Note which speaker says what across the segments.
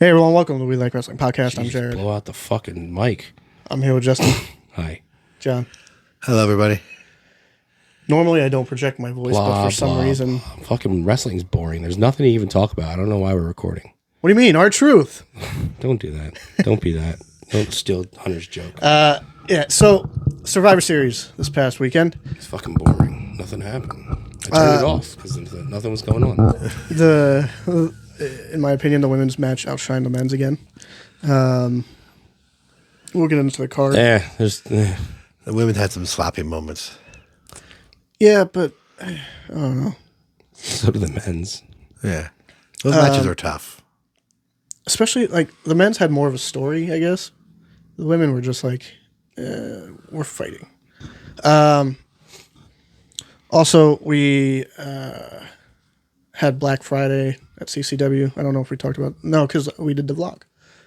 Speaker 1: Hey everyone, welcome to We Like Wrestling Podcast. I'm
Speaker 2: Jeez,
Speaker 1: Jared.
Speaker 2: Blow out the fucking mic.
Speaker 1: I'm here with Justin.
Speaker 2: Hi.
Speaker 1: John.
Speaker 3: Hello, everybody.
Speaker 1: Normally I don't project my voice, but for some reason.
Speaker 2: blah. Um, fucking wrestling's boring. There's nothing to even talk about. I don't know why we're recording.
Speaker 1: What do you mean? Our truth.
Speaker 2: Don't do that. Don't be that. Don't steal Hunter's joke.
Speaker 1: Yeah, so Survivor Series this past weekend.
Speaker 2: it's fucking boring. Nothing happened. I turned it off because nothing was going on.
Speaker 1: The in my opinion, the women's match outshined the men's again. Um We'll get into the card.
Speaker 2: Yeah, there's eh.
Speaker 3: The women had some sloppy moments.
Speaker 1: Yeah, but
Speaker 2: so do the men's.
Speaker 3: Yeah. Those matches
Speaker 2: Um,
Speaker 3: were tough.
Speaker 1: especially like the men's had more of a story, I guess. The women were just like, uh, we're fighting. Um, also, we uh, had Black Friday at CCW. I don't know if we talked about no, because we did the vlog.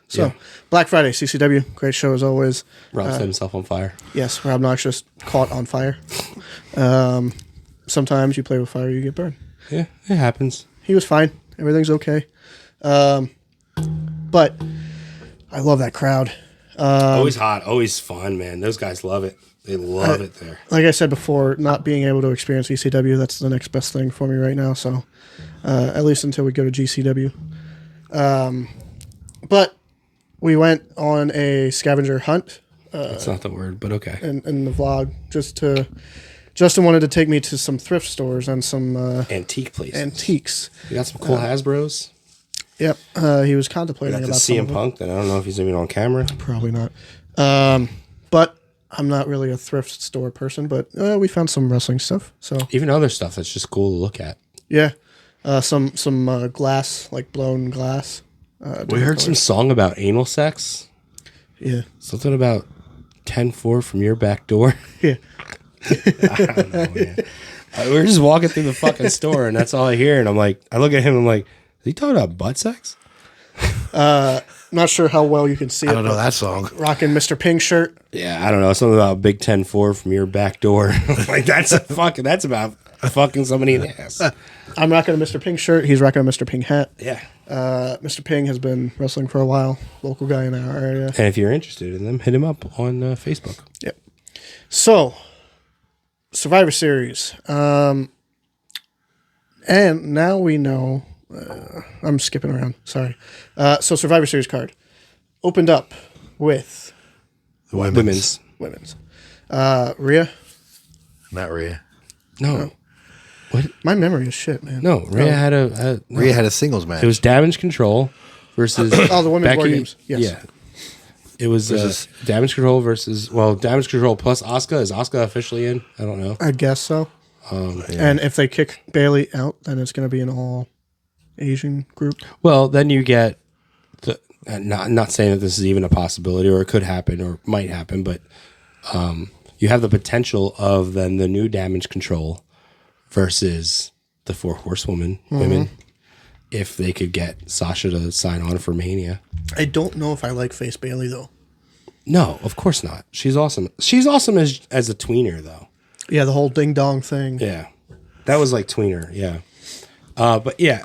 Speaker 1: So
Speaker 2: Yeah.
Speaker 1: Black Friday, CCW, great show as always.
Speaker 2: Rob set himself on fire.
Speaker 1: Yes, Rob Knox just caught on fire. Um, sometimes you play with fire, you get burned
Speaker 2: Yeah, it happens.
Speaker 1: he was fine. Everything's okay. Um, but I love that crowd.
Speaker 2: always hot. Always fun, man. Those guys love it. They love it there.
Speaker 1: Like I said before, not being able to experience ECW, that's the next best thing for me right now. So, uh, at least until we go to GCW. Um, but we went on a scavenger hunt
Speaker 2: That's not the word, but okay.
Speaker 1: in, in the vlog just to. Justin wanted to take me to some thrift stores and some uh,
Speaker 2: Antique place.
Speaker 1: antiques.
Speaker 2: You got some cool Hasbro's.
Speaker 1: Yep, uh, he was
Speaker 2: You
Speaker 1: contemplating
Speaker 2: got the
Speaker 1: about some of
Speaker 2: CM
Speaker 1: it.
Speaker 2: Punk. Then I don't know if he's even on camera.
Speaker 1: Probably not. Um, but I'm not really a thrift store person, but uh, we found some wrestling stuff. So
Speaker 2: even other stuff that's just cool to look at.
Speaker 1: yeah, uh, some some uh, glass, like blown glass. Uh,
Speaker 2: We heard some song about anal sex,
Speaker 1: Yeah,
Speaker 2: something about 10 4 from your back door.
Speaker 1: yeah.
Speaker 2: I don't know, man. Uh, We're just walking through the fucking store, and that's all I hear. And I'm like, I look at him, I'm like, is he talking about butt sex?
Speaker 1: I'm not sure how well you can see
Speaker 3: I
Speaker 1: it.
Speaker 3: don't know
Speaker 1: but
Speaker 3: that song.
Speaker 1: Rocking Mr. Ping shirt.
Speaker 2: Yeah, I don't know. Something about Big 10 4 from your back door. I'm like, that's a fucking, that's about fucking somebody in the ass.
Speaker 1: I'm rocking a Mr. Ping shirt. He's rocking a Mr. Ping hat.
Speaker 2: Yeah.
Speaker 1: Uh, Mr. Ping has been wrestling for a while. Local guy in our area.
Speaker 2: And if you're interested in them, hit him up on uh, Facebook.
Speaker 1: Yep. So, Survivor Series. Um, and now we know. Uh, I'm skipping around. Sorry. Uh, so, Survivor Series card opened up with
Speaker 3: The women's.
Speaker 2: Women's.
Speaker 1: women's. Uh, Rhea,
Speaker 3: Not Rhea.
Speaker 2: No. What?
Speaker 1: my memory is shit, man.
Speaker 2: No. Rhea had a, had- no.
Speaker 3: Rhea had a singles match.
Speaker 2: It was damage control versus
Speaker 1: Oh, the women's
Speaker 2: Becky.
Speaker 1: war games. Yes.
Speaker 2: Yeah. It was
Speaker 3: Versus-
Speaker 2: uh, damage control versus well, damage control plus Oscar. Is Oscar officially in? I don't know.
Speaker 1: I guess so.
Speaker 2: Oh,
Speaker 1: And if they kick Bailey out, then it's going to be an all Asian group.
Speaker 2: Well, then you get the uh, not not saying that this is even a possibility or it could happen or might happen, but um, you have the potential of then the new damage control versus the four horsewomen women
Speaker 1: Mm-hmm.
Speaker 2: if they could get Sasha to sign on for Mania.
Speaker 1: I don't know if I like face Bailey though.
Speaker 2: No, of course not. She's awesome. She's awesome as as a tweener though.
Speaker 1: Yeah, the whole ding dong thing.
Speaker 2: Yeah, that was like tweener. Yeah, uh, but yeah,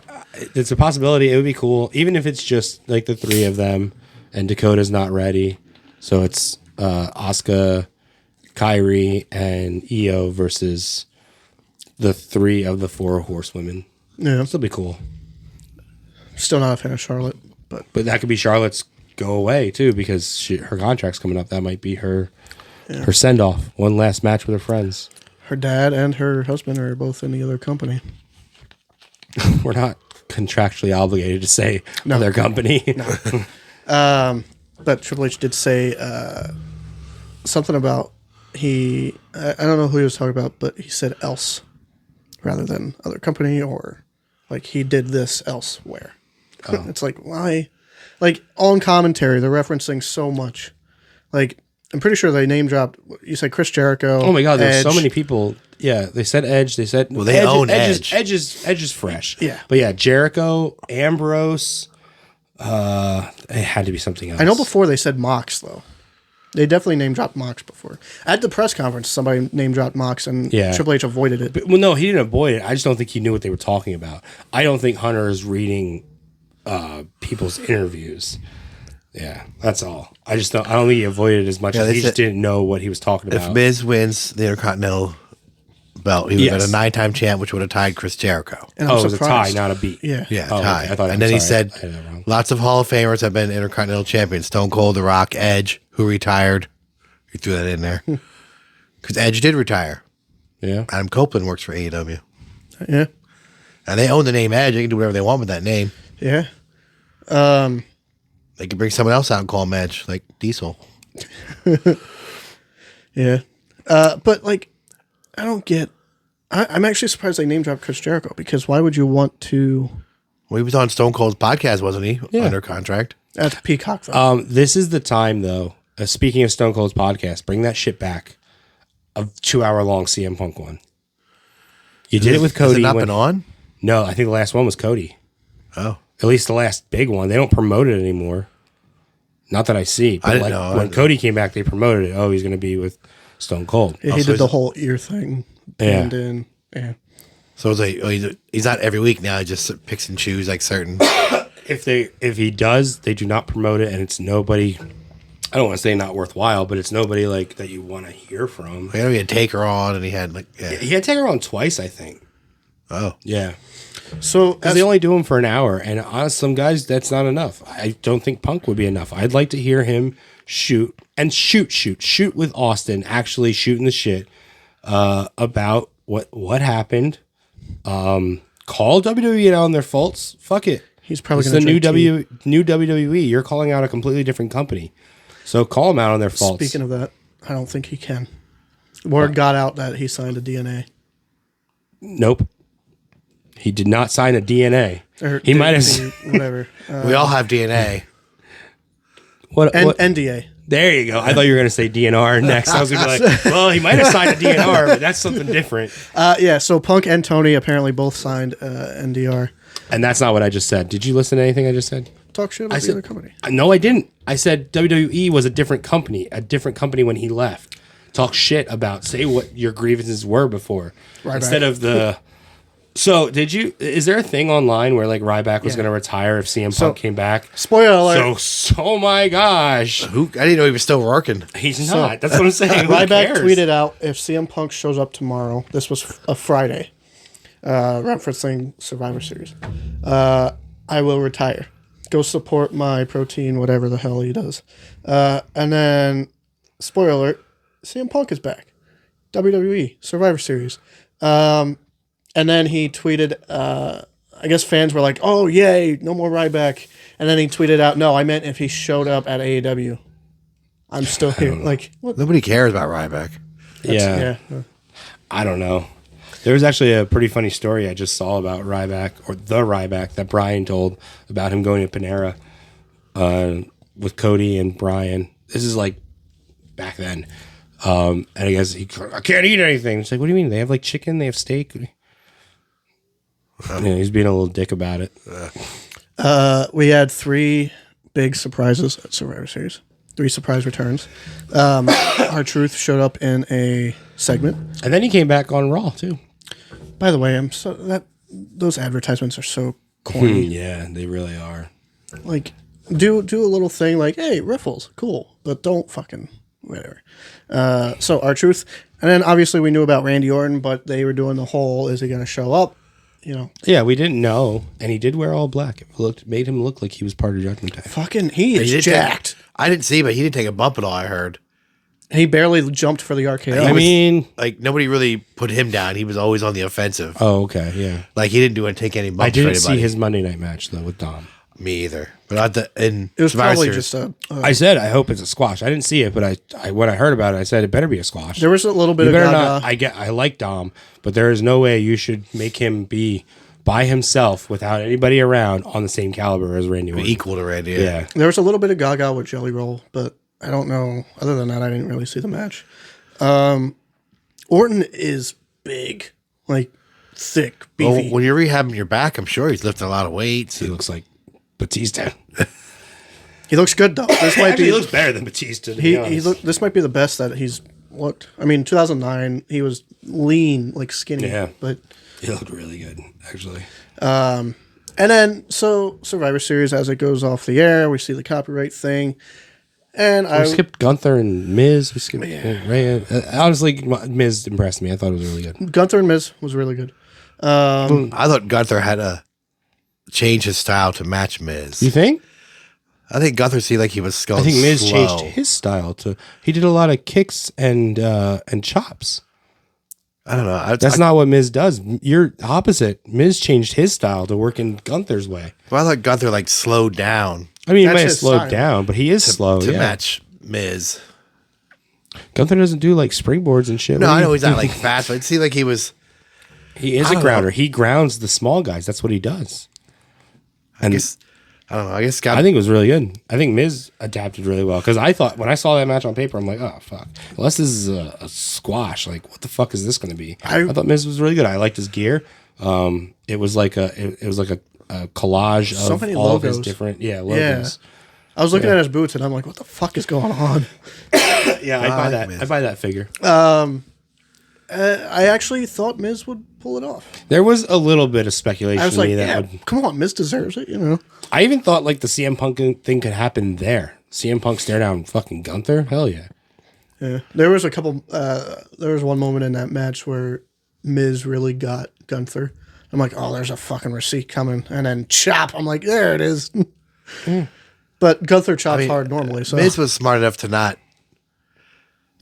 Speaker 2: it's a possibility. It would be cool, even if it's just like the three of them, and Dakota's not ready, so it's uh, Asuka, Kyrie, and Io versus the three of the four horsewomen.
Speaker 1: Yeah.
Speaker 2: This will be cool,
Speaker 1: Still not a fan of Charlotte, but
Speaker 2: but that could be Charlotte's go away too because she, her contract's coming up. That might be her. Her send off, one last match with her friends.
Speaker 1: Her dad and her husband are both in the other company.
Speaker 2: We're not contractually obligated to say other company.
Speaker 1: But Triple H did say uh, something about he. I I don't know who he was talking about, but he said else rather than other company or like he did this elsewhere.
Speaker 2: Oh.
Speaker 1: it's like why, like on commentary they're referencing so much. Like I'm pretty sure they name dropped. You said Chris Jericho.
Speaker 2: Oh my god, there's so
Speaker 1: Edge.
Speaker 2: many people. Yeah, they said Edge. They said well,
Speaker 3: they own
Speaker 2: Is,
Speaker 3: Edge.
Speaker 2: Edge is Edge is fresh.
Speaker 1: Yeah.
Speaker 2: but yeah, Jericho, Ambrose. Uh, it had to be something else.
Speaker 1: I know before they said Mox though. They definitely name dropped Mox before. At the press conference, somebody name dropped Mox, and
Speaker 2: Yeah.
Speaker 1: Triple H avoided it.
Speaker 2: Well, no, he didn't avoid it. I just don't think he knew what they were talking about. I don't think Hunter is reading uh, people's interviews. Yeah, that's all. I just don't. I don't think he avoided it as much.
Speaker 3: Yeah,
Speaker 2: as he
Speaker 3: they
Speaker 2: just
Speaker 3: said-
Speaker 2: didn't know what he was talking
Speaker 3: If
Speaker 2: about.
Speaker 3: Miz wins the Intercontinental belt, he would have
Speaker 2: Yes.
Speaker 3: been a nine time champ, which would have tied Chris Jericho.
Speaker 1: And
Speaker 2: oh,
Speaker 1: I'm
Speaker 2: it was a tie,
Speaker 1: surprised.
Speaker 2: not a beat.
Speaker 1: Yeah.
Speaker 3: Yeah,
Speaker 2: Oh, okay.
Speaker 3: tie.
Speaker 2: I thought- I'm
Speaker 3: and then he
Speaker 2: sorry.
Speaker 3: said,
Speaker 2: I had that wrong.
Speaker 3: lots of Hall of Famers have been Intercontinental champions. Stone Cold, The Rock, Edge, who retired. He threw that in there. Because Edge did retire.
Speaker 2: Yeah.
Speaker 3: Adam Copeland works for AEW.
Speaker 1: Yeah.
Speaker 3: And they own the name Edge. They can do whatever they want with that name.
Speaker 1: Yeah.
Speaker 3: They could bring someone else out and call him Edge, like Diesel.
Speaker 1: Yeah. Uh, but like, I don't get. I, I'm actually surprised they name dropped Chris Jericho because why would you want to?
Speaker 3: Well, he was on Stone Cold's podcast, wasn't he?
Speaker 2: Yeah.
Speaker 3: Under contract.
Speaker 1: That's Peacock. Though.
Speaker 2: Um, this is the time, though. Uh, speaking of Stone Cold's podcast, bring that shit back. A two hour long CM Punk one. You did it with
Speaker 3: Has
Speaker 2: Cody.
Speaker 3: it not
Speaker 2: when-
Speaker 3: been on?
Speaker 2: No, I think the last one was Cody.
Speaker 3: Oh.
Speaker 2: At least the last big one. They don't promote it anymore. Not that I see. But
Speaker 3: didn't
Speaker 2: like
Speaker 3: know. I
Speaker 2: when
Speaker 3: didn't-
Speaker 2: Cody came back, they promoted it. Oh, he's going to be with Stone Cold.
Speaker 1: yeah, he
Speaker 3: also
Speaker 1: did the
Speaker 3: is-
Speaker 1: whole ear thing.
Speaker 2: Yeah.
Speaker 1: And then, yeah.
Speaker 3: So it's like, oh, he's, he's not every week now. He just picks and chooses like certain.
Speaker 2: If they if he does, they do not promote it, and it's nobody. I don't want to say not worthwhile, but it's nobody like that you want to hear from.
Speaker 3: Like, I know he had Taker on, and he had like, yeah.
Speaker 2: He had Taker on twice, I think.
Speaker 3: oh,
Speaker 2: Yeah.
Speaker 1: So
Speaker 2: Because
Speaker 1: as,
Speaker 2: they only do them for an hour, and honest, some guys that's not enough. I don't think Punk would be enough. I'd like to hear him shoot and shoot, shoot, shoot with Austin, actually shooting the shit uh, about what what happened. Um, call WWE out on their faults. Fuck it.
Speaker 1: He's probably
Speaker 2: it's the
Speaker 1: gonna
Speaker 2: new
Speaker 1: drink tea.
Speaker 2: W new WWE. You're calling out a completely different company, so call them out on their faults.
Speaker 1: speaking of that, I don't think he can. Word got out that he signed a DNA.
Speaker 2: nope, he did not sign a DNA.
Speaker 1: Or
Speaker 2: he might have. s-
Speaker 1: DNC, Whatever. Uh,
Speaker 3: we all have DNA.
Speaker 2: What,
Speaker 1: N-
Speaker 2: what-
Speaker 1: NDA.
Speaker 2: There you go. I thought you were going to say DNR next. I was going to be like, well, he might have signed a DNR, but that's something different.
Speaker 1: Uh, yeah. So Punk and Tony apparently both signed uh, NDR.
Speaker 2: And that's not what I just said. Did you listen to anything I just said?
Speaker 1: Talk shit about the
Speaker 2: said-
Speaker 1: other company.
Speaker 2: Uh, No, I didn't. I said WWE was a different company, a different company when he left. Talk shit about, say what your grievances were before.
Speaker 1: Ryback.
Speaker 2: Instead of the. So, did you. Is there a thing online where like Ryback was
Speaker 1: Yeah.
Speaker 2: going to retire if CM Punk came back?
Speaker 1: Spoiler alert.
Speaker 2: So, oh my gosh.
Speaker 3: Who I didn't know he was still working.
Speaker 2: He's not. that's what I'm saying. Who
Speaker 1: Ryback
Speaker 2: cares?
Speaker 1: tweeted out if CM Punk shows up tomorrow. This was a Friday, uh, referencing Survivor Series. Uh, I will retire. Go support my protein, whatever the hell he does. Uh, and then, spoiler alert: CM Punk is back. WWE Survivor Series. Um, and then he tweeted. Uh, I guess fans were like, "Oh yay, no more Ryback." And then he tweeted out, "No, I meant if he showed up at AEW." I'm still here. Like, what
Speaker 3: Nobody cares about Ryback.
Speaker 1: yeah.
Speaker 2: I don't know. There was actually a pretty funny story I just saw about Ryback or the Ryback that Brian told about him going to Panera uh, with Cody and Brian. This is like back then. Um, and I guess he, I can't eat anything. It's like, what do you mean? They have like chicken, they have steak. Yeah, he's being a little dick about it.
Speaker 1: Uh, we had three big surprises at Survivor Series. Three surprise returns. Um, Our Truth showed up in a segment.
Speaker 2: And then he came back on Raw too.
Speaker 1: By the way, I'm so that those advertisements are so corny.
Speaker 2: Yeah, they really are.
Speaker 1: like, do do a little thing like, hey, riffles, cool, but don't fucking whatever. Uh, so Our Truth, and then obviously we knew about Randy Orton, but they were doing the whole, is he going to show up? You know,
Speaker 2: Yeah, we didn't know, and he did wear all black. It looked made him look like he was part of Judgment Day.
Speaker 1: fucking he is
Speaker 3: He didn't take-
Speaker 1: jacked.
Speaker 3: I didn't see, but he didn't take a bump at all. I heard.
Speaker 1: He barely jumped for the RKO.
Speaker 2: I mean,
Speaker 3: Like nobody really put him down. He was always on the offensive.
Speaker 2: oh okay, yeah.
Speaker 3: Like he didn't do and take any bumps.
Speaker 2: I
Speaker 3: for
Speaker 2: didn't
Speaker 3: anybody.
Speaker 2: see his Monday night match though with Dom.
Speaker 3: Me either. But at the in
Speaker 1: it was
Speaker 3: Survivor
Speaker 1: probably
Speaker 3: Series,
Speaker 1: just a. a
Speaker 2: I said I hope it's a squash. I didn't see it, but I, I when I heard about it, I said it better be a squash.
Speaker 1: There was a little bit
Speaker 2: you
Speaker 1: of
Speaker 2: better
Speaker 1: Gaga.
Speaker 2: not. I get. I like Dom, but there is no way you should make him be by himself without anybody around on the same caliber as Randy Orton.
Speaker 3: equal to Randy.
Speaker 2: Yeah,
Speaker 1: there was a little bit of Gaga with Jelly Roll, but I don't know. Other than that, I didn't really see the match. Um, Orton is big, like
Speaker 2: Oh,
Speaker 1: thick,
Speaker 3: Well,
Speaker 1: beefy.
Speaker 3: when you're rehabbing your back, I'm sure he's lifting a lot of weights.
Speaker 2: he looks like Batista.
Speaker 1: he looks good though. This might be
Speaker 2: Actually, he looks better than Batista.
Speaker 1: he,
Speaker 2: To be
Speaker 1: he
Speaker 2: honest.
Speaker 1: look, This might be the best that he's looked. I mean, 2009, he was lean, like skinny.
Speaker 2: Yeah.
Speaker 1: But
Speaker 2: he looked really good actually.
Speaker 1: And then so Survivor Series as it goes off the air, we see the copyright thing, and I
Speaker 2: We skipped Gunther and Miz. We skipped yeah. Ray. Uh, honestly, Miz impressed me. I thought it was really good.
Speaker 1: Gunther and Miz was really good.
Speaker 3: I thought Gunther had to change his style to match
Speaker 2: You
Speaker 3: Miz.
Speaker 2: think?
Speaker 3: I think Gunther seemed like he was going
Speaker 2: I think Miz
Speaker 3: slow.
Speaker 2: changed his style to. He did a lot of kicks and uh, and chops.
Speaker 3: I don't know. I,
Speaker 2: That's
Speaker 3: I-
Speaker 2: not what Miz does. You're opposite. Miz changed his style to work in Gunther's way.
Speaker 3: I thought Gunther like slowed down
Speaker 2: I mean, he
Speaker 1: That's
Speaker 2: might have
Speaker 1: his
Speaker 2: slowed
Speaker 1: style.
Speaker 2: down, but he is slow.
Speaker 3: to
Speaker 2: Oh, yeah.
Speaker 3: match Miz.
Speaker 2: Gunther doesn't do like springboards and shit.
Speaker 3: No,
Speaker 2: What do
Speaker 3: I
Speaker 2: you-
Speaker 3: know he's not like fast, but it seemed like he was.
Speaker 2: He is
Speaker 3: I
Speaker 2: a
Speaker 3: don't
Speaker 2: grounder.
Speaker 3: know.
Speaker 2: He grounds the small guys. That's what he does.
Speaker 3: I guess I don't know. I guess Scott.
Speaker 2: I think it was really good. I think Miz adapted really well because I thought when I saw that match on paper, I'm like, oh fuck. Unless this is a, a squash, like what the fuck is this going to be? I,
Speaker 1: I-
Speaker 2: thought Miz was really good. I liked his gear. Um, it was like a it, it was like a, a collage of
Speaker 1: So many
Speaker 2: all of his
Speaker 1: logos.
Speaker 2: different yeah
Speaker 1: yeah,
Speaker 2: logos.
Speaker 1: I was looking at his boots, and I'm like, what the fuck is going on?
Speaker 2: Yeah, I buy
Speaker 3: like
Speaker 2: that.
Speaker 3: Miz.
Speaker 2: I buy that figure.
Speaker 1: I actually thought Miz would pull it off.
Speaker 2: There was a little bit of speculation
Speaker 1: I was
Speaker 2: to
Speaker 1: like,
Speaker 2: me that
Speaker 1: yeah,
Speaker 2: would
Speaker 1: come on, Miz deserves it, you know.
Speaker 2: I even thought like the CM Punk thing could happen there. CM Punk stare down fucking Gunther. Hell yeah.
Speaker 1: Yeah. There was a couple. Uh, there was one moment in that match where Miz really got Gunther. I'm like, oh, there's a fucking receipt coming, and then chop. I'm like, there it is. But Gunther chops
Speaker 3: mean,
Speaker 1: hard normally,
Speaker 2: uh,
Speaker 1: so
Speaker 3: Miz was smart enough to not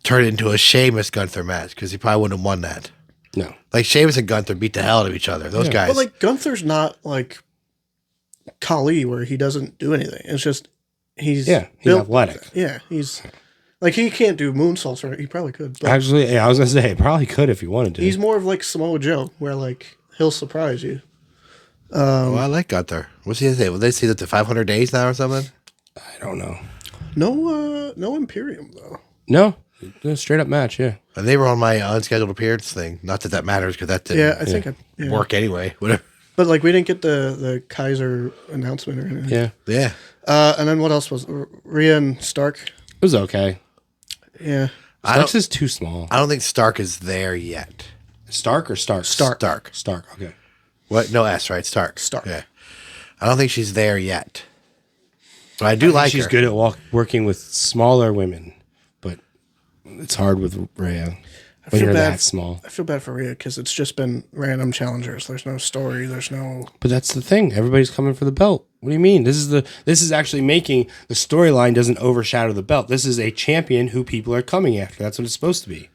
Speaker 3: turn it into a Sheamus Gunther match because he probably wouldn't have won that.
Speaker 2: No.
Speaker 3: Like Sheamus and Gunther beat the hell out of each other. Those guys.
Speaker 1: But like Gunther's not like Kali, where he doesn't do anything. It's just he's
Speaker 2: Yeah. He's
Speaker 1: built-
Speaker 2: athletic.
Speaker 1: Yeah, he's like he can't do moonsaults, or he probably could. But
Speaker 2: Actually, yeah, I was gonna say he probably could if he wanted to.
Speaker 1: he's more of like Samoa Joe, where like he'll surprise you.
Speaker 3: oh, I like Gunther. What's he say? Well, they see that to 500 days now or something.
Speaker 2: I don't know.
Speaker 1: No, uh, no Imperium though.
Speaker 2: No. No, straight up match, yeah.
Speaker 3: And they were on my unscheduled appearance thing. Not that that matters because that
Speaker 1: Yeah,
Speaker 3: didn't
Speaker 1: I think I, yeah.
Speaker 3: work anyway. Whatever.
Speaker 1: But like we didn't get the the Kaiser announcement or anything.
Speaker 2: Yeah.
Speaker 3: Yeah.
Speaker 1: Uh, and then what else was R- Rhea and Stark?
Speaker 2: It was okay.
Speaker 1: Yeah.
Speaker 3: I don't,
Speaker 2: Starks is too small.
Speaker 3: I don't think Stark is there yet.
Speaker 2: Stark or Stark?
Speaker 1: Stark.
Speaker 3: Stark.
Speaker 2: Stark, okay.
Speaker 3: What? No S, right? Stark.
Speaker 1: Stark.
Speaker 3: Yeah. I don't think she's there yet. But I do like
Speaker 2: She's
Speaker 3: her.
Speaker 2: good at walk, working with smaller women, but it's hard with Rhea when
Speaker 1: feel
Speaker 2: you're
Speaker 1: bad.
Speaker 2: that small.
Speaker 1: I feel bad for Rhea because it's just been random challengers. There's no story. There's no.
Speaker 2: But that's the thing. Everybody's coming for the belt. What do you mean? This is the this is actually making the storyline doesn't overshadow the belt. This is a champion who people are coming after. That's what it's supposed to be.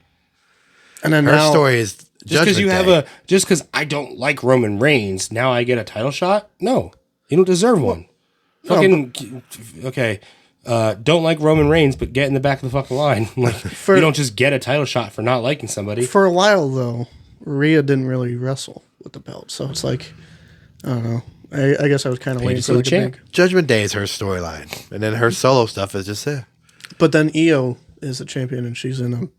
Speaker 1: And then
Speaker 3: Her
Speaker 1: now,
Speaker 3: story is
Speaker 2: Just because you have a just because I don't like Roman Reigns, now I get a title shot. No, you don't deserve one. Fucking okay. Uh, don't like Roman Reigns, but get in the back of the fucking line. like you don't just get a title shot for not liking somebody.
Speaker 1: for a while though, Rhea didn't really wrestle with the belt, so it's like, I don't know. I, I guess I was kind of waiting
Speaker 2: is
Speaker 1: for
Speaker 2: for
Speaker 1: like
Speaker 2: the
Speaker 1: a
Speaker 2: champ.
Speaker 1: big.
Speaker 3: Judgment Day is her storyline, and then her solo stuff is just eh. it.
Speaker 1: But then Io is the champion and she's in um,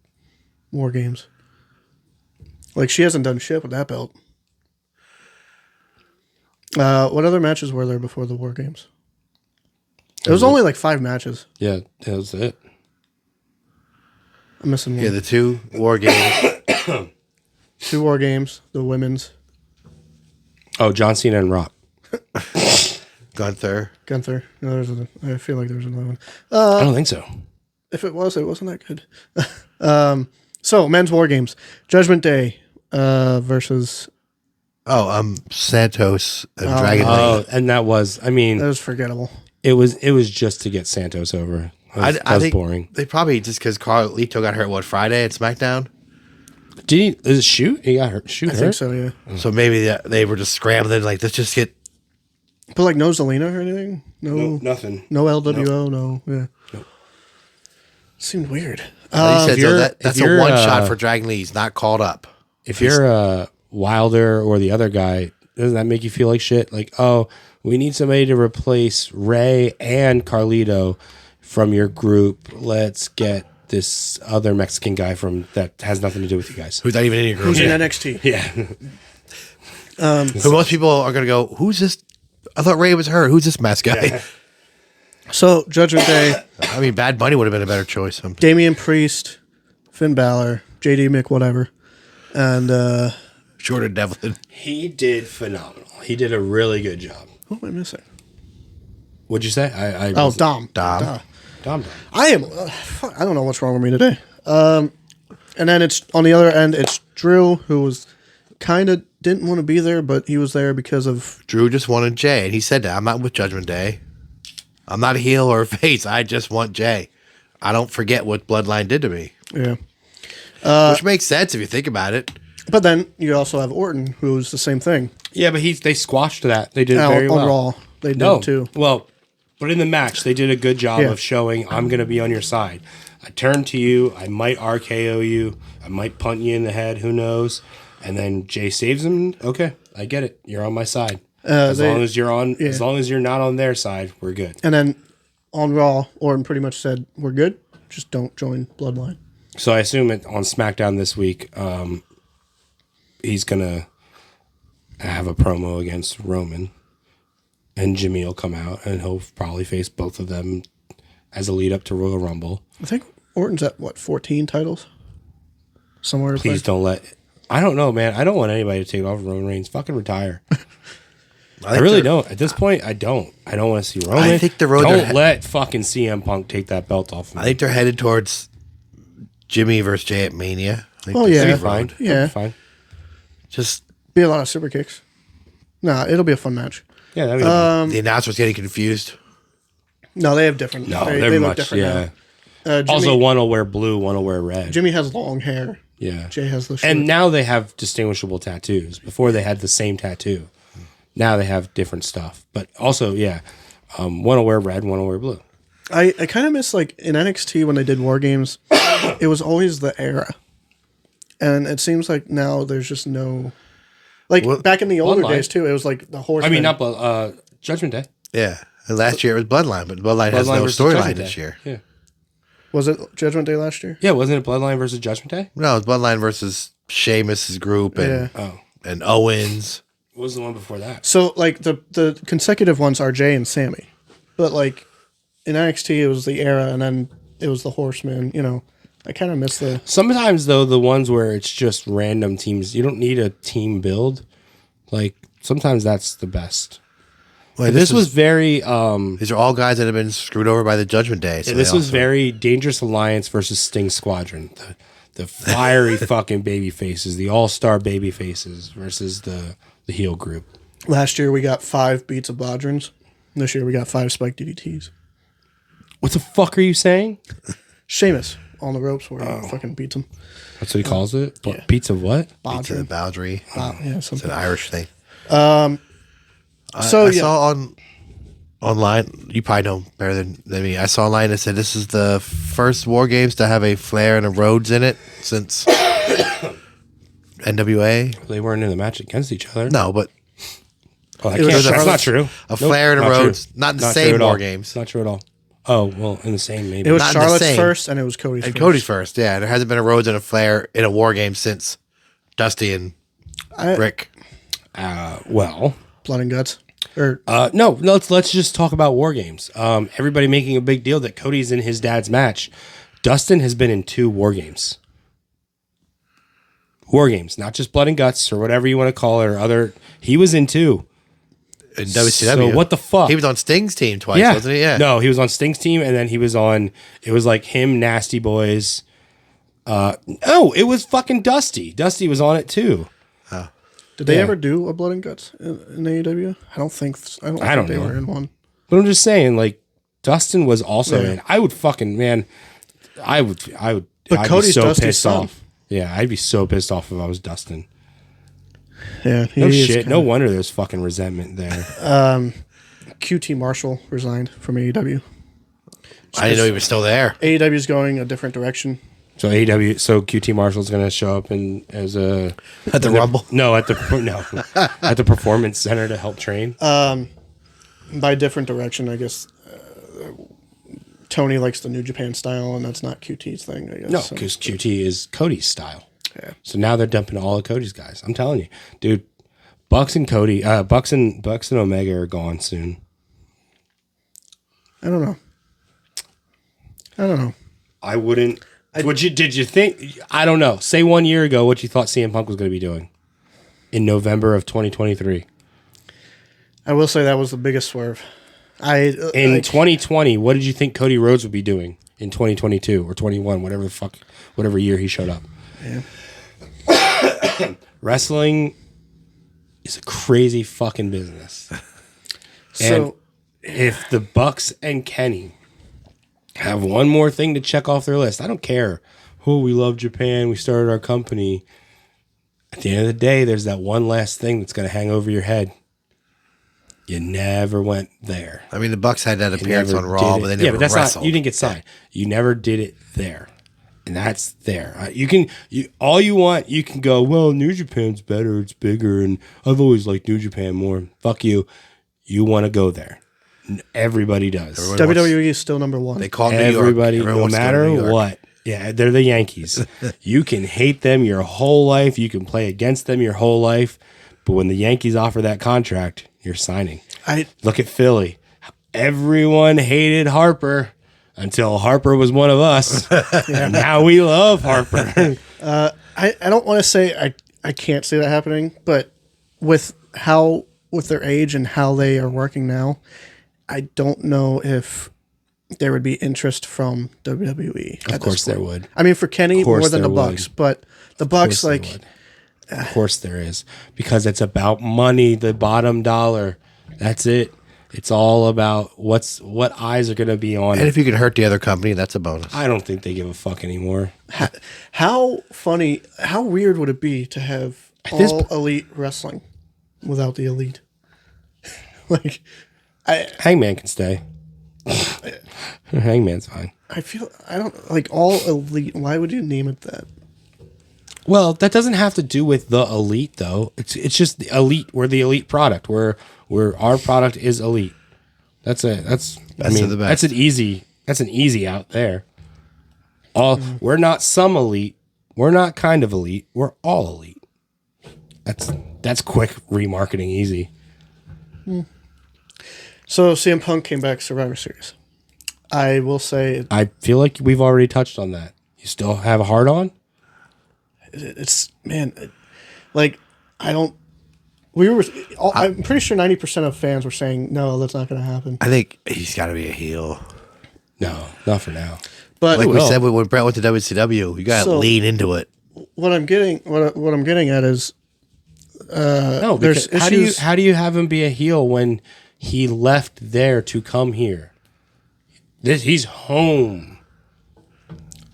Speaker 1: War Games. Like she hasn't done shit with that belt. Uh, what other matches were there before the War Games? It was only like five matches.
Speaker 2: Yeah, that was it.
Speaker 1: I'm missing one.
Speaker 3: Yeah, the two war games.
Speaker 1: Two War Games, the women's
Speaker 2: Oh, John Cena and Rock.
Speaker 3: Gunther.
Speaker 1: Gunther. No, there's a, I feel like there was another one.
Speaker 2: I don't think so.
Speaker 1: If it was, it wasn't that good. um, so men's War Games, Judgment Day uh, versus.
Speaker 3: Oh, um, Santos and Dragon Lee.
Speaker 2: Oh, Uh, and that was. I mean,
Speaker 1: That was forgettable.
Speaker 2: It was it was just to get Santos over. That was, that was boring.
Speaker 3: They probably just because Carlito got hurt what Friday at SmackDown,
Speaker 2: Did he is it shoot? He got hurt. Shoot
Speaker 1: I
Speaker 2: hurt.
Speaker 1: think so. Yeah.
Speaker 3: so maybe they, they were just scrambling like let's just get.
Speaker 1: But like no Zelina or anything? No, no,
Speaker 2: nothing.
Speaker 1: LWO, no. Yeah. Seemed weird. Uh,
Speaker 3: Like you said,
Speaker 2: if
Speaker 3: so
Speaker 2: you're-
Speaker 3: that,
Speaker 2: if
Speaker 3: that's a
Speaker 2: you're,
Speaker 3: one shot
Speaker 2: uh,
Speaker 3: for Dragon Lee. He's not called up.
Speaker 2: If you're uh, Wilder or the other guy, doesn't that make you feel like shit? Like oh, we need somebody to replace Ray and Carlito from your group. Let's get this other Mexican guy from that has nothing to do with you guys.
Speaker 3: Who's not even in your group?
Speaker 1: who's in NXT?
Speaker 2: Yeah,
Speaker 3: Who most people are gonna go? Who's this? I thought Ray was her. Who's this mask guy?
Speaker 1: So Judgment Day,
Speaker 3: I mean, Bad Bunny would have been a better choice. Um,
Speaker 1: Damian Priest, Finn Balor, JD Mick, whatever. And uh
Speaker 3: Shorter Devlin.
Speaker 2: he did phenomenal. He did a really good job.
Speaker 1: Who am I missing?
Speaker 2: What'd you say? I, I
Speaker 1: Oh, Dom.
Speaker 3: Dom.
Speaker 1: Duh.
Speaker 2: Dom. Dom.
Speaker 1: I am. Uh, fuck, I don't know what's wrong with me today. Um, and then it's on the other end. It's Drew, who was kind of didn't want to be there, but he was there because of
Speaker 3: Drew just wanted Jay, and he said that I'm not with Judgment Day. I'm not a heel or a face. I just want Jay. I don't forget what Bloodline did to me,
Speaker 1: yeah. Uh,
Speaker 3: which makes sense if you think about it.
Speaker 1: But then you also have Orton, who's the same thing.
Speaker 2: Yeah, but he they squashed that. They did
Speaker 1: Now,
Speaker 2: very
Speaker 1: on
Speaker 2: well.
Speaker 1: Raw, they did
Speaker 2: No,
Speaker 1: too.
Speaker 2: well, but in the match they did a good job
Speaker 1: Yeah.
Speaker 2: of showing I'm going to be on your side. I turn to you. I might RKO you. I might punt you in the head. Who knows? And then Jay saves him. Okay, I get it. You're on my side. as
Speaker 1: Uh, they-
Speaker 2: long as you're on, as long as you're not on their side, we're good.
Speaker 1: And then on Raw, Orton pretty much said, "We're good. Just don't join Bloodline."
Speaker 2: So I assume it, on SmackDown this week, um, he's gonna have a promo against Roman, and Jimmy will come out, and he'll probably face both of them as a lead up to Royal Rumble.
Speaker 1: I think Orton's at what fourteen titles, somewhere. to play.
Speaker 2: Please don't let. I don't know, man. I don't want anybody to take off Roman Reigns. Fucking retire. I,
Speaker 3: think
Speaker 2: really
Speaker 3: they're-
Speaker 2: don't. At this point, I don't. I don't want to see Roman.
Speaker 3: I think the road
Speaker 2: Don't
Speaker 3: they're-
Speaker 2: let fucking CM Punk take that belt off. Of me.
Speaker 3: I think they're headed towards Jimmy versus Jay at Mania. I think
Speaker 1: Oh,
Speaker 3: that's
Speaker 1: yeah.
Speaker 3: the
Speaker 2: That'd be fine.
Speaker 3: road.
Speaker 2: That'd be
Speaker 1: Yeah.
Speaker 2: fine.
Speaker 3: Just
Speaker 1: Be a lot of super kicks. Nah, it'll be a fun match.
Speaker 2: Yeah, that'd be
Speaker 3: the announcer's getting confused.
Speaker 1: No, they have different.
Speaker 2: no,
Speaker 1: they,
Speaker 2: they, are
Speaker 1: they look
Speaker 2: Oh, much.
Speaker 1: different
Speaker 2: yeah.
Speaker 1: now. Uh, Jimmy,
Speaker 2: Also, one will wear blue, one will wear red.
Speaker 1: Jimmy has long hair.
Speaker 2: Yeah.
Speaker 1: Jay has the short.
Speaker 2: and now they have distinguishable tattoos. Before they had the same tattoo. Now they have different stuff. But also, yeah, um, one will wear red, one will wear blue.
Speaker 1: I, I kind of miss like in NXT when they did war games, it was always the era, and it seems like now there's just no, like
Speaker 3: Well,
Speaker 1: back in the older
Speaker 2: Bloodline.
Speaker 1: days too. It was like the horse.
Speaker 2: I mean, not blo- uh, Judgment Day.
Speaker 3: Yeah. And last year it was Bloodline, but Bloodline, has
Speaker 2: Bloodline
Speaker 3: no
Speaker 2: versus
Speaker 3: storyline
Speaker 2: Judgment
Speaker 3: this
Speaker 2: Day.
Speaker 3: year.
Speaker 2: Yeah,
Speaker 1: was it Judgment Day last year?
Speaker 2: yeah. Wasn't it Bloodline versus Judgment Day?
Speaker 3: No, it's Bloodline versus Sheamus's group and
Speaker 2: Oh,
Speaker 3: and Owens.
Speaker 2: what was the one before that?
Speaker 1: So like the the consecutive ones are Jay and Sammy, but like in NXT it was the era, and then it was the Horseman. You know, I kind of miss the
Speaker 2: Sometimes though, the ones where it's just random teams, you don't need a team build. Like sometimes that's the best.
Speaker 3: Wait,
Speaker 2: This
Speaker 3: is-
Speaker 2: was very. um
Speaker 3: these are all guys that have been screwed over by the Judgment Day. So
Speaker 2: Yeah, this
Speaker 3: they
Speaker 2: was
Speaker 3: also-
Speaker 2: very Dangerous Alliance versus Sting Squadron. The, the fiery fucking baby faces, the all star baby faces versus the, the heel group.
Speaker 1: last year we got five beats of Bodrins. This year we got five spike DDTs.
Speaker 2: What the fuck are you saying?
Speaker 1: Sheamus on the ropes where
Speaker 2: Oh.
Speaker 1: he fucking beats him.
Speaker 2: That's what he calls it. What, Pizza what?
Speaker 3: to the boundary.
Speaker 2: Oh.
Speaker 1: Yeah,
Speaker 3: It's an
Speaker 1: something.
Speaker 3: Irish thing. Um, I,
Speaker 1: so,
Speaker 3: I
Speaker 1: yeah.
Speaker 3: saw on online. You probably know better than, than me. I saw online. It said this is the first War Games to have a Flair and a Rhodes in it since NWA.
Speaker 2: They weren't in the match against each other.
Speaker 3: No, but
Speaker 2: Oh, I
Speaker 1: was
Speaker 2: can't,
Speaker 1: a
Speaker 2: that's
Speaker 1: Charlotte-
Speaker 2: not true.
Speaker 3: a Flair and a
Speaker 2: not true.
Speaker 3: Rhodes, not in the
Speaker 2: true
Speaker 3: same
Speaker 2: at
Speaker 3: War
Speaker 2: all.
Speaker 3: Games.
Speaker 2: Not true at all. Oh, well, in the same maybe.
Speaker 1: It was
Speaker 3: Not the
Speaker 1: Charlotte's
Speaker 3: same.
Speaker 1: first, and it was Cody's
Speaker 3: and
Speaker 1: first.
Speaker 3: Cody first. Yeah, there hasn't been a Rhodes and a Flair in a War Game since Dusty and
Speaker 1: I-
Speaker 3: Rick.
Speaker 2: uh, well,
Speaker 1: blood and guts, Er, or
Speaker 2: Uh, no, no, let's let's just talk about war games. Um, everybody making a big deal that Cody's in his dad's match. Dustin has been in two war games. War games, not just blood and guts or whatever you want to call it or other. He was in two.
Speaker 3: In WCW.
Speaker 2: So what the fuck?
Speaker 3: He was on Sting's team twice,
Speaker 2: yeah,
Speaker 3: wasn't he? Yeah.
Speaker 2: No, he was on Sting's team, and then he was on. It was like him, Nasty Boys. Uh, oh, it was fucking Dusty. Dusty was on it too.
Speaker 1: did they
Speaker 2: Yeah.
Speaker 1: ever do a blood and guts in, in AEW? I don't think. I don't. think
Speaker 2: I don't
Speaker 1: they
Speaker 2: know.
Speaker 1: were in one.
Speaker 2: But I'm just saying, like Dustin was also in. I would fucking man, I would, I would. I'd
Speaker 1: Cody's Dusty's
Speaker 2: pissed
Speaker 1: son.
Speaker 2: off. Yeah, I'd be so pissed off if I was Dustin.
Speaker 1: Yeah, he
Speaker 2: No
Speaker 1: is
Speaker 2: shit.
Speaker 1: kinda-
Speaker 2: No wonder there's fucking resentment there.
Speaker 1: QT Marshall resigned from E AEW.
Speaker 3: I didn't know he was still there.
Speaker 1: AEW is going a different direction.
Speaker 2: so AW, so QT Marshall's gonna show up and as a
Speaker 3: At the
Speaker 2: in
Speaker 3: Rumble?
Speaker 2: No, at the no, at the Performance Center to help train.
Speaker 1: Uh, By different direction, I guess. uh, Tony likes the New Japan style, and that's not QT's thing. I guess.
Speaker 2: no,
Speaker 1: So-
Speaker 2: because QT is Cody's style.
Speaker 1: Yeah.
Speaker 2: So now they're dumping all of Cody's guys. I'm telling you, dude. Bucks and Cody, uh, Bucks and Bucks and Omega are gone soon.
Speaker 1: I don't know. I don't know.
Speaker 2: I wouldn't. would you? Did you think? I don't know. Say one year ago what you thought CM Punk was going to be doing in November of
Speaker 1: I
Speaker 2: 2023.
Speaker 1: I will say that was the biggest swerve. I uh,
Speaker 2: In
Speaker 1: like,
Speaker 2: 2020, what did you think Cody Rhodes would be doing in 2022 or 21, whatever the fuck, whatever year he showed up? Wrestling is a crazy fucking business.
Speaker 1: so
Speaker 2: if the Bucks and Kenny have one more thing to check off their list, I don't care. Oh, we love Japan. We started our company. At the end of the day, there's that one last thing that's going to hang over your head. You never went there.
Speaker 3: I mean, the Bucks had that appearance
Speaker 2: never
Speaker 3: on
Speaker 2: did
Speaker 3: Raw,
Speaker 2: it.
Speaker 3: but they never
Speaker 2: yeah, but that's
Speaker 3: wrestled.
Speaker 2: not you didn't get signed. You never did it there, and that's there. Uh, You can you all you want. You can go. Well, New Japan's better. It's bigger, and I've always liked New Japan more. Fuck you. You want to go there. N- Everybody does.
Speaker 1: WWE E is still number one.
Speaker 3: they called
Speaker 2: Everybody,
Speaker 3: New York. Everyone
Speaker 2: no
Speaker 3: wants to go to New
Speaker 2: matter
Speaker 3: York.
Speaker 2: what. Yeah, they're the Yankees. you can hate them your whole life. You can play against them your whole life. But when the Yankees offer that contract, you're signing.
Speaker 1: I
Speaker 2: Look at Philly. Everyone hated Harper until Harper was one of us. And now we love Harper.
Speaker 1: I, I don't want to say I, I can't see that happening, but with how with their age and how they are working now, I don't know if there would be interest from E WWE.
Speaker 2: of course there would.
Speaker 1: I mean, for Kenny
Speaker 2: course
Speaker 1: more than the
Speaker 2: there would.
Speaker 1: Bucks, but the Bucks
Speaker 2: course
Speaker 1: like
Speaker 2: they would. of course there is because it's about money the bottom dollar that's it it's all about what's what eyes are going to be on
Speaker 3: And
Speaker 2: it
Speaker 3: if you can hurt the other company, that's a bonus.
Speaker 2: i don't think they give a fuck anymore
Speaker 1: how funny, how weird would it be to have
Speaker 2: this
Speaker 1: all elite wrestling without the elite? like,
Speaker 2: hangman can stay hangman's fine
Speaker 1: I feel I don't like all elite. Why would you name it that?
Speaker 2: well that doesn't have to do with the elite though it's it's just the elite we're the elite product we're we're our product is elite that's it that's i
Speaker 3: Best
Speaker 2: mean
Speaker 3: of the
Speaker 2: that's
Speaker 3: best.
Speaker 2: an easy that's an easy out there all we're not some elite we're not kind of elite we're all elite That's that's quick remarketing easy.
Speaker 1: So CM Punk came back Survivor Series. I will say
Speaker 2: I feel like we've already touched on that. You still have a hard on?
Speaker 1: it's man, it- like I don't. We were. all- I'm pretty sure ninety percent of fans were saying no, that's not going to happen.
Speaker 3: I think he's got to be a heel.
Speaker 2: No, not for now.
Speaker 1: But
Speaker 3: Like we
Speaker 2: will.
Speaker 3: said, when when Brett went to WCW, you got to
Speaker 1: So-
Speaker 3: lean into it.
Speaker 1: what I'm getting, what I- what I'm getting at is, uh,
Speaker 2: No,
Speaker 1: There's
Speaker 2: because how do you
Speaker 1: issues-
Speaker 2: how do you have him be a heel when he left there to come here? This he's home.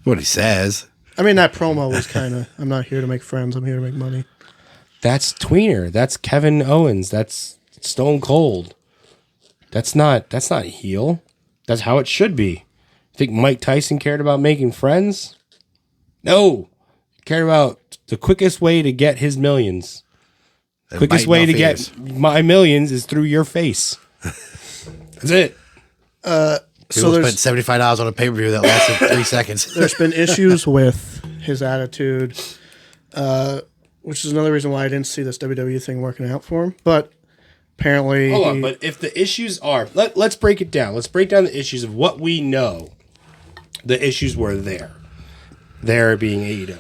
Speaker 3: What he says.
Speaker 1: I mean, that promo was kind of. I'm not here to make friends. I'm here to make money.
Speaker 2: That's tweener. That's Kevin Owens. That's Stone Cold. That's not that's not heel. That's how it should be. Think Mike Tyson cared about making friends? No. He cared about the quickest way to get his millions.
Speaker 3: and
Speaker 2: quickest
Speaker 3: biting
Speaker 2: way
Speaker 3: off
Speaker 2: to
Speaker 3: ears.
Speaker 2: get my millions is through your face. That's it.
Speaker 1: so
Speaker 3: People
Speaker 1: there's
Speaker 3: spent seventy five dollars on a pay per view that lasted three seconds.
Speaker 1: there's been issues with his attitude, uh, which is another reason why I didn't see this WWE thing working out for him. But apparently,
Speaker 2: Hold on,
Speaker 1: he-
Speaker 2: but if the issues are let, let's break it down. Let's break down the issues of what we know. The issues were there. There being AEW.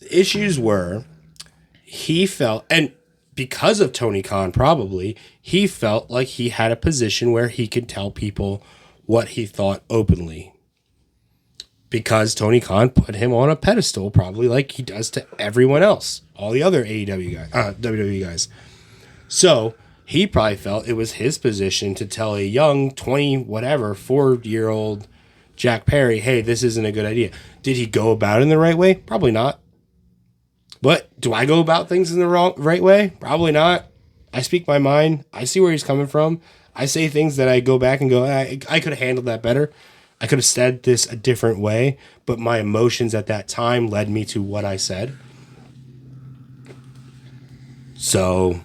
Speaker 2: The issues were he felt and because of Tony Khan probably, he felt like he had a position where he could tell people what he thought openly. Because Tony Khan put him on a pedestal, probably like he does to everyone else, all the other AEW guys, uh, WWE guys. So he probably felt it was his position to tell a young 20, whatever, four year old Jack Perry, hey, this isn't a good idea. Did he go about it in the right way? Probably not. But do I go about things in the wrong right way? Probably not. I speak my mind. I see where he's coming from. I say things that I go back and go, I, I could have handled that better. I could have said this a different way, but my emotions at that time led me to what I said. So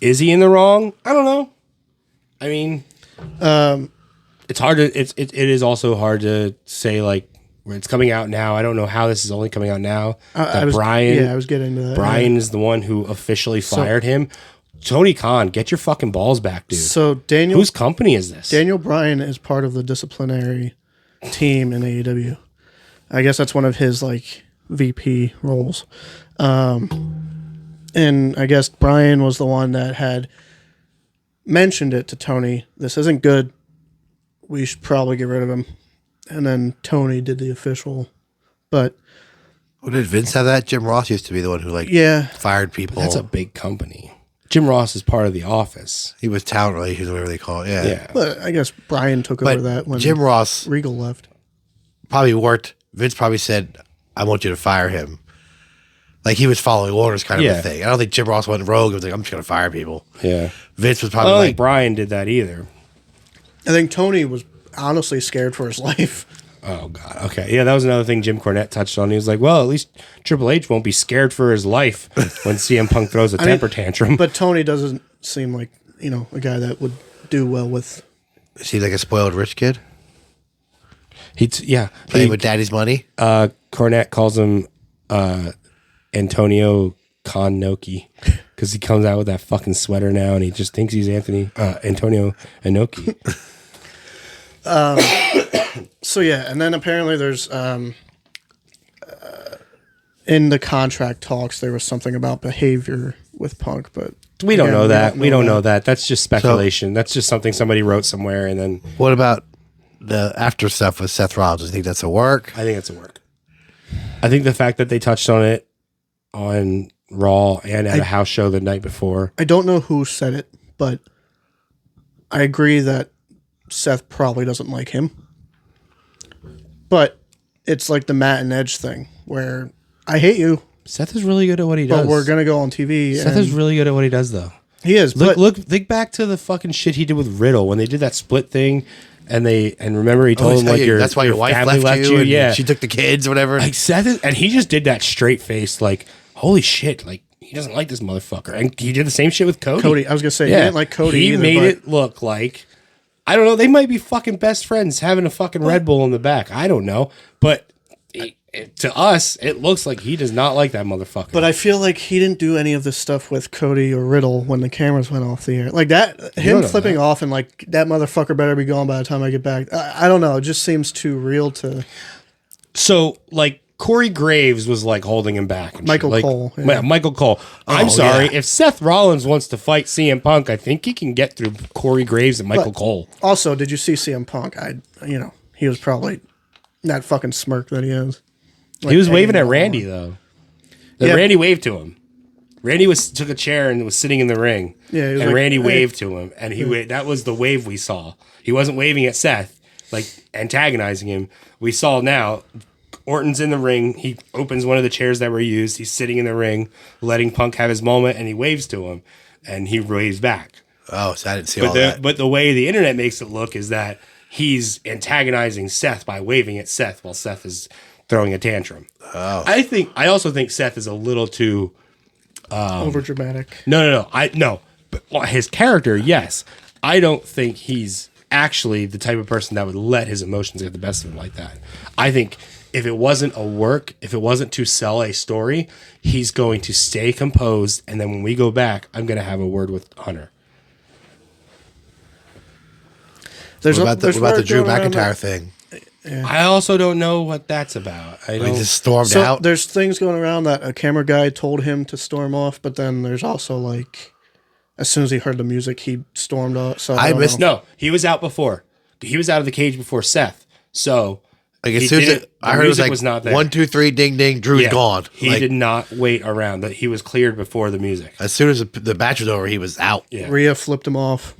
Speaker 2: is he in the wrong? I don't know. I mean, um, it's hard to it's it, it is also hard to say like when it's coming out now. I don't know how this is only coming out now. that
Speaker 1: I was,
Speaker 2: Brian,
Speaker 1: Yeah, I was getting to that.
Speaker 2: Brian is the one who officially fired him. Tony Khan, get your fucking balls back, dude.
Speaker 1: So Daniel
Speaker 2: Whose company is this?
Speaker 1: Daniel Bryan is part of the disciplinary team in AEW. I guess that's one of his like VP roles. Um, and I guess Bryan was the one that had mentioned it to Tony. This isn't good. We should probably get rid of him. And then Tony did the official. But
Speaker 3: Well, did Vince have that? Jim Ross used to be the one who like
Speaker 1: yeah,
Speaker 3: fired people.
Speaker 2: That's a big company. Jim Ross is part of the office.
Speaker 3: he was talent relations, whatever they call it. Yeah.
Speaker 2: Yeah.
Speaker 1: but I guess Brian took
Speaker 3: But
Speaker 1: over that when
Speaker 3: Jim Ross
Speaker 1: Regal left.
Speaker 3: probably worked. Vince probably said, "I want you to fire him." Like he was following orders, kind of
Speaker 2: Yeah.
Speaker 3: a thing. I don't think Jim Ross went rogue. and was like, "I'm just gonna fire people."
Speaker 2: yeah.
Speaker 3: Vince was
Speaker 2: I
Speaker 3: probably
Speaker 2: don't
Speaker 3: like,
Speaker 2: think Brian did that either.
Speaker 1: I think Tony was honestly scared for his life.
Speaker 2: Oh God. Okay. Yeah, that was another thing Jim Cornette touched on. He was like, "Well, at least Triple H won't be scared for his life when CM Punk throws a
Speaker 1: mean,
Speaker 2: temper tantrum."
Speaker 1: But Tony doesn't seem like, you know, a guy that would do well with
Speaker 3: "Is he like a spoiled rich kid
Speaker 2: he, t- yeah,
Speaker 3: playing
Speaker 2: he,
Speaker 3: with daddy's money?"
Speaker 2: uh, Cornette calls him uh, Antonio Connoki because he comes out with that fucking sweater now, and he just thinks he's Anthony uh, Antonio Inoki.
Speaker 1: So yeah, and then apparently there's um, uh, in the contract talks there was something about behavior with Punk, but
Speaker 2: We don't
Speaker 1: again,
Speaker 2: know that. we don't know that. That's just speculation. That's just something somebody wrote somewhere, and then
Speaker 3: What about the after stuff with Seth Rollins? Do you think that's a work?
Speaker 2: I think it's a work. I think the fact that they touched on it on Raw and at a house show the night before.
Speaker 1: I don't know who said it, but I agree that Seth probably doesn't like him. But it's like the Matt and Edge thing where I hate you,
Speaker 2: Seth is really good at what he does.
Speaker 1: but we're gonna go on TV.
Speaker 2: Seth
Speaker 1: and
Speaker 2: is really good at what he does, though.
Speaker 1: he is, but
Speaker 2: Look, look, think back to the fucking shit he did with Riddle when they did that split thing, and they and remember he
Speaker 1: Oh,
Speaker 2: told him like your
Speaker 3: that's why your, wife
Speaker 2: family
Speaker 3: left, you. and
Speaker 2: yeah,
Speaker 3: she took the kids, or whatever.
Speaker 2: like Seth, is, and he just did that straight face, like holy shit, like he doesn't like this motherfucker, and he did the same shit with Cody.
Speaker 1: Cody, I was gonna say he didn't like Cody.
Speaker 2: He
Speaker 1: either,
Speaker 2: made
Speaker 1: but-
Speaker 2: it look like I don't know. They might be fucking best friends, having a fucking Red Bull in the back. I don't know, but it- it- to us, it looks like he does not like that motherfucker.
Speaker 1: But I feel like he didn't do any of this stuff with Cody or Riddle when the cameras went off the air. Like that, him
Speaker 2: know
Speaker 1: flipping off and like that motherfucker better be gone by the time I get back. I, I don't know. It just seems too real to.
Speaker 2: so like. Corey Graves was like holding him back. and shit.
Speaker 1: Michael
Speaker 2: Like,
Speaker 1: Cole,
Speaker 2: Ma-
Speaker 1: yeah.
Speaker 2: Michael Cole. I'm
Speaker 3: Oh,
Speaker 2: sorry.
Speaker 3: yeah.
Speaker 2: If Seth Rollins wants to fight CM Punk, I think he can get through Corey Graves and Michael Cole.
Speaker 1: Also, did you see CM Punk? I, you know, he was probably that fucking smirk that he is.
Speaker 2: he was
Speaker 1: Like,
Speaker 2: waving at
Speaker 1: egging
Speaker 2: Randy though. That
Speaker 1: Yeah.
Speaker 2: Randy waved to him. Randy was took a chair and was sitting in the ring.
Speaker 1: Yeah, he was
Speaker 2: and
Speaker 1: like,
Speaker 2: Randy
Speaker 1: "Hey."
Speaker 2: waved to him, and he wa- that was the wave we saw. He wasn't waving at Seth, like antagonizing him. We saw now. Orton's in the ring. He opens one of the chairs that were used. He's sitting in the ring, letting Punk have his moment, and he waves to him, and he waves back
Speaker 3: oh, so I didn't see all
Speaker 2: but the,
Speaker 3: that.
Speaker 2: but the way the internet makes it look is that he's antagonizing Seth by waving at Seth while Seth is throwing a tantrum. Oh. I think I also think Seth is a little too
Speaker 1: over dramatic.
Speaker 2: no no no I no but well, his character yes I don't think he's actually the type of person that would let his emotions get the best of him like that. I think if it wasn't a work, if it wasn't to sell a story, he's going to stay composed and then when we go back, I'm going to have a word with Hunter.
Speaker 1: There's
Speaker 3: what
Speaker 1: a-
Speaker 3: about the,
Speaker 1: there's
Speaker 3: what about the
Speaker 1: word
Speaker 3: Drew
Speaker 1: going around
Speaker 3: McIntyre
Speaker 1: that-
Speaker 3: thing?
Speaker 2: I also don't know what that's about. I
Speaker 3: He
Speaker 2: don't.
Speaker 3: just stormed
Speaker 1: So
Speaker 3: out.
Speaker 1: there's things going around that a camera guy told him to storm off, but then there's also like, as soon as he heard the music, he stormed off. So I,
Speaker 3: I
Speaker 1: don't
Speaker 3: missed-
Speaker 1: know.
Speaker 2: no, he was out before. He was out of the cage before Seth. So
Speaker 3: Like as
Speaker 2: he
Speaker 3: soon as
Speaker 2: didn't-
Speaker 3: it, I
Speaker 2: the
Speaker 3: heard it was
Speaker 2: music
Speaker 3: like
Speaker 2: was not there.
Speaker 3: one, two, three, ding, ding. Drew's
Speaker 2: yeah,
Speaker 3: gone.
Speaker 2: He
Speaker 3: like,
Speaker 2: did not wait around. That he was cleared before the music.
Speaker 3: As soon as the, the match was over, he was out.
Speaker 2: Yeah.
Speaker 1: Rhea flipped him off.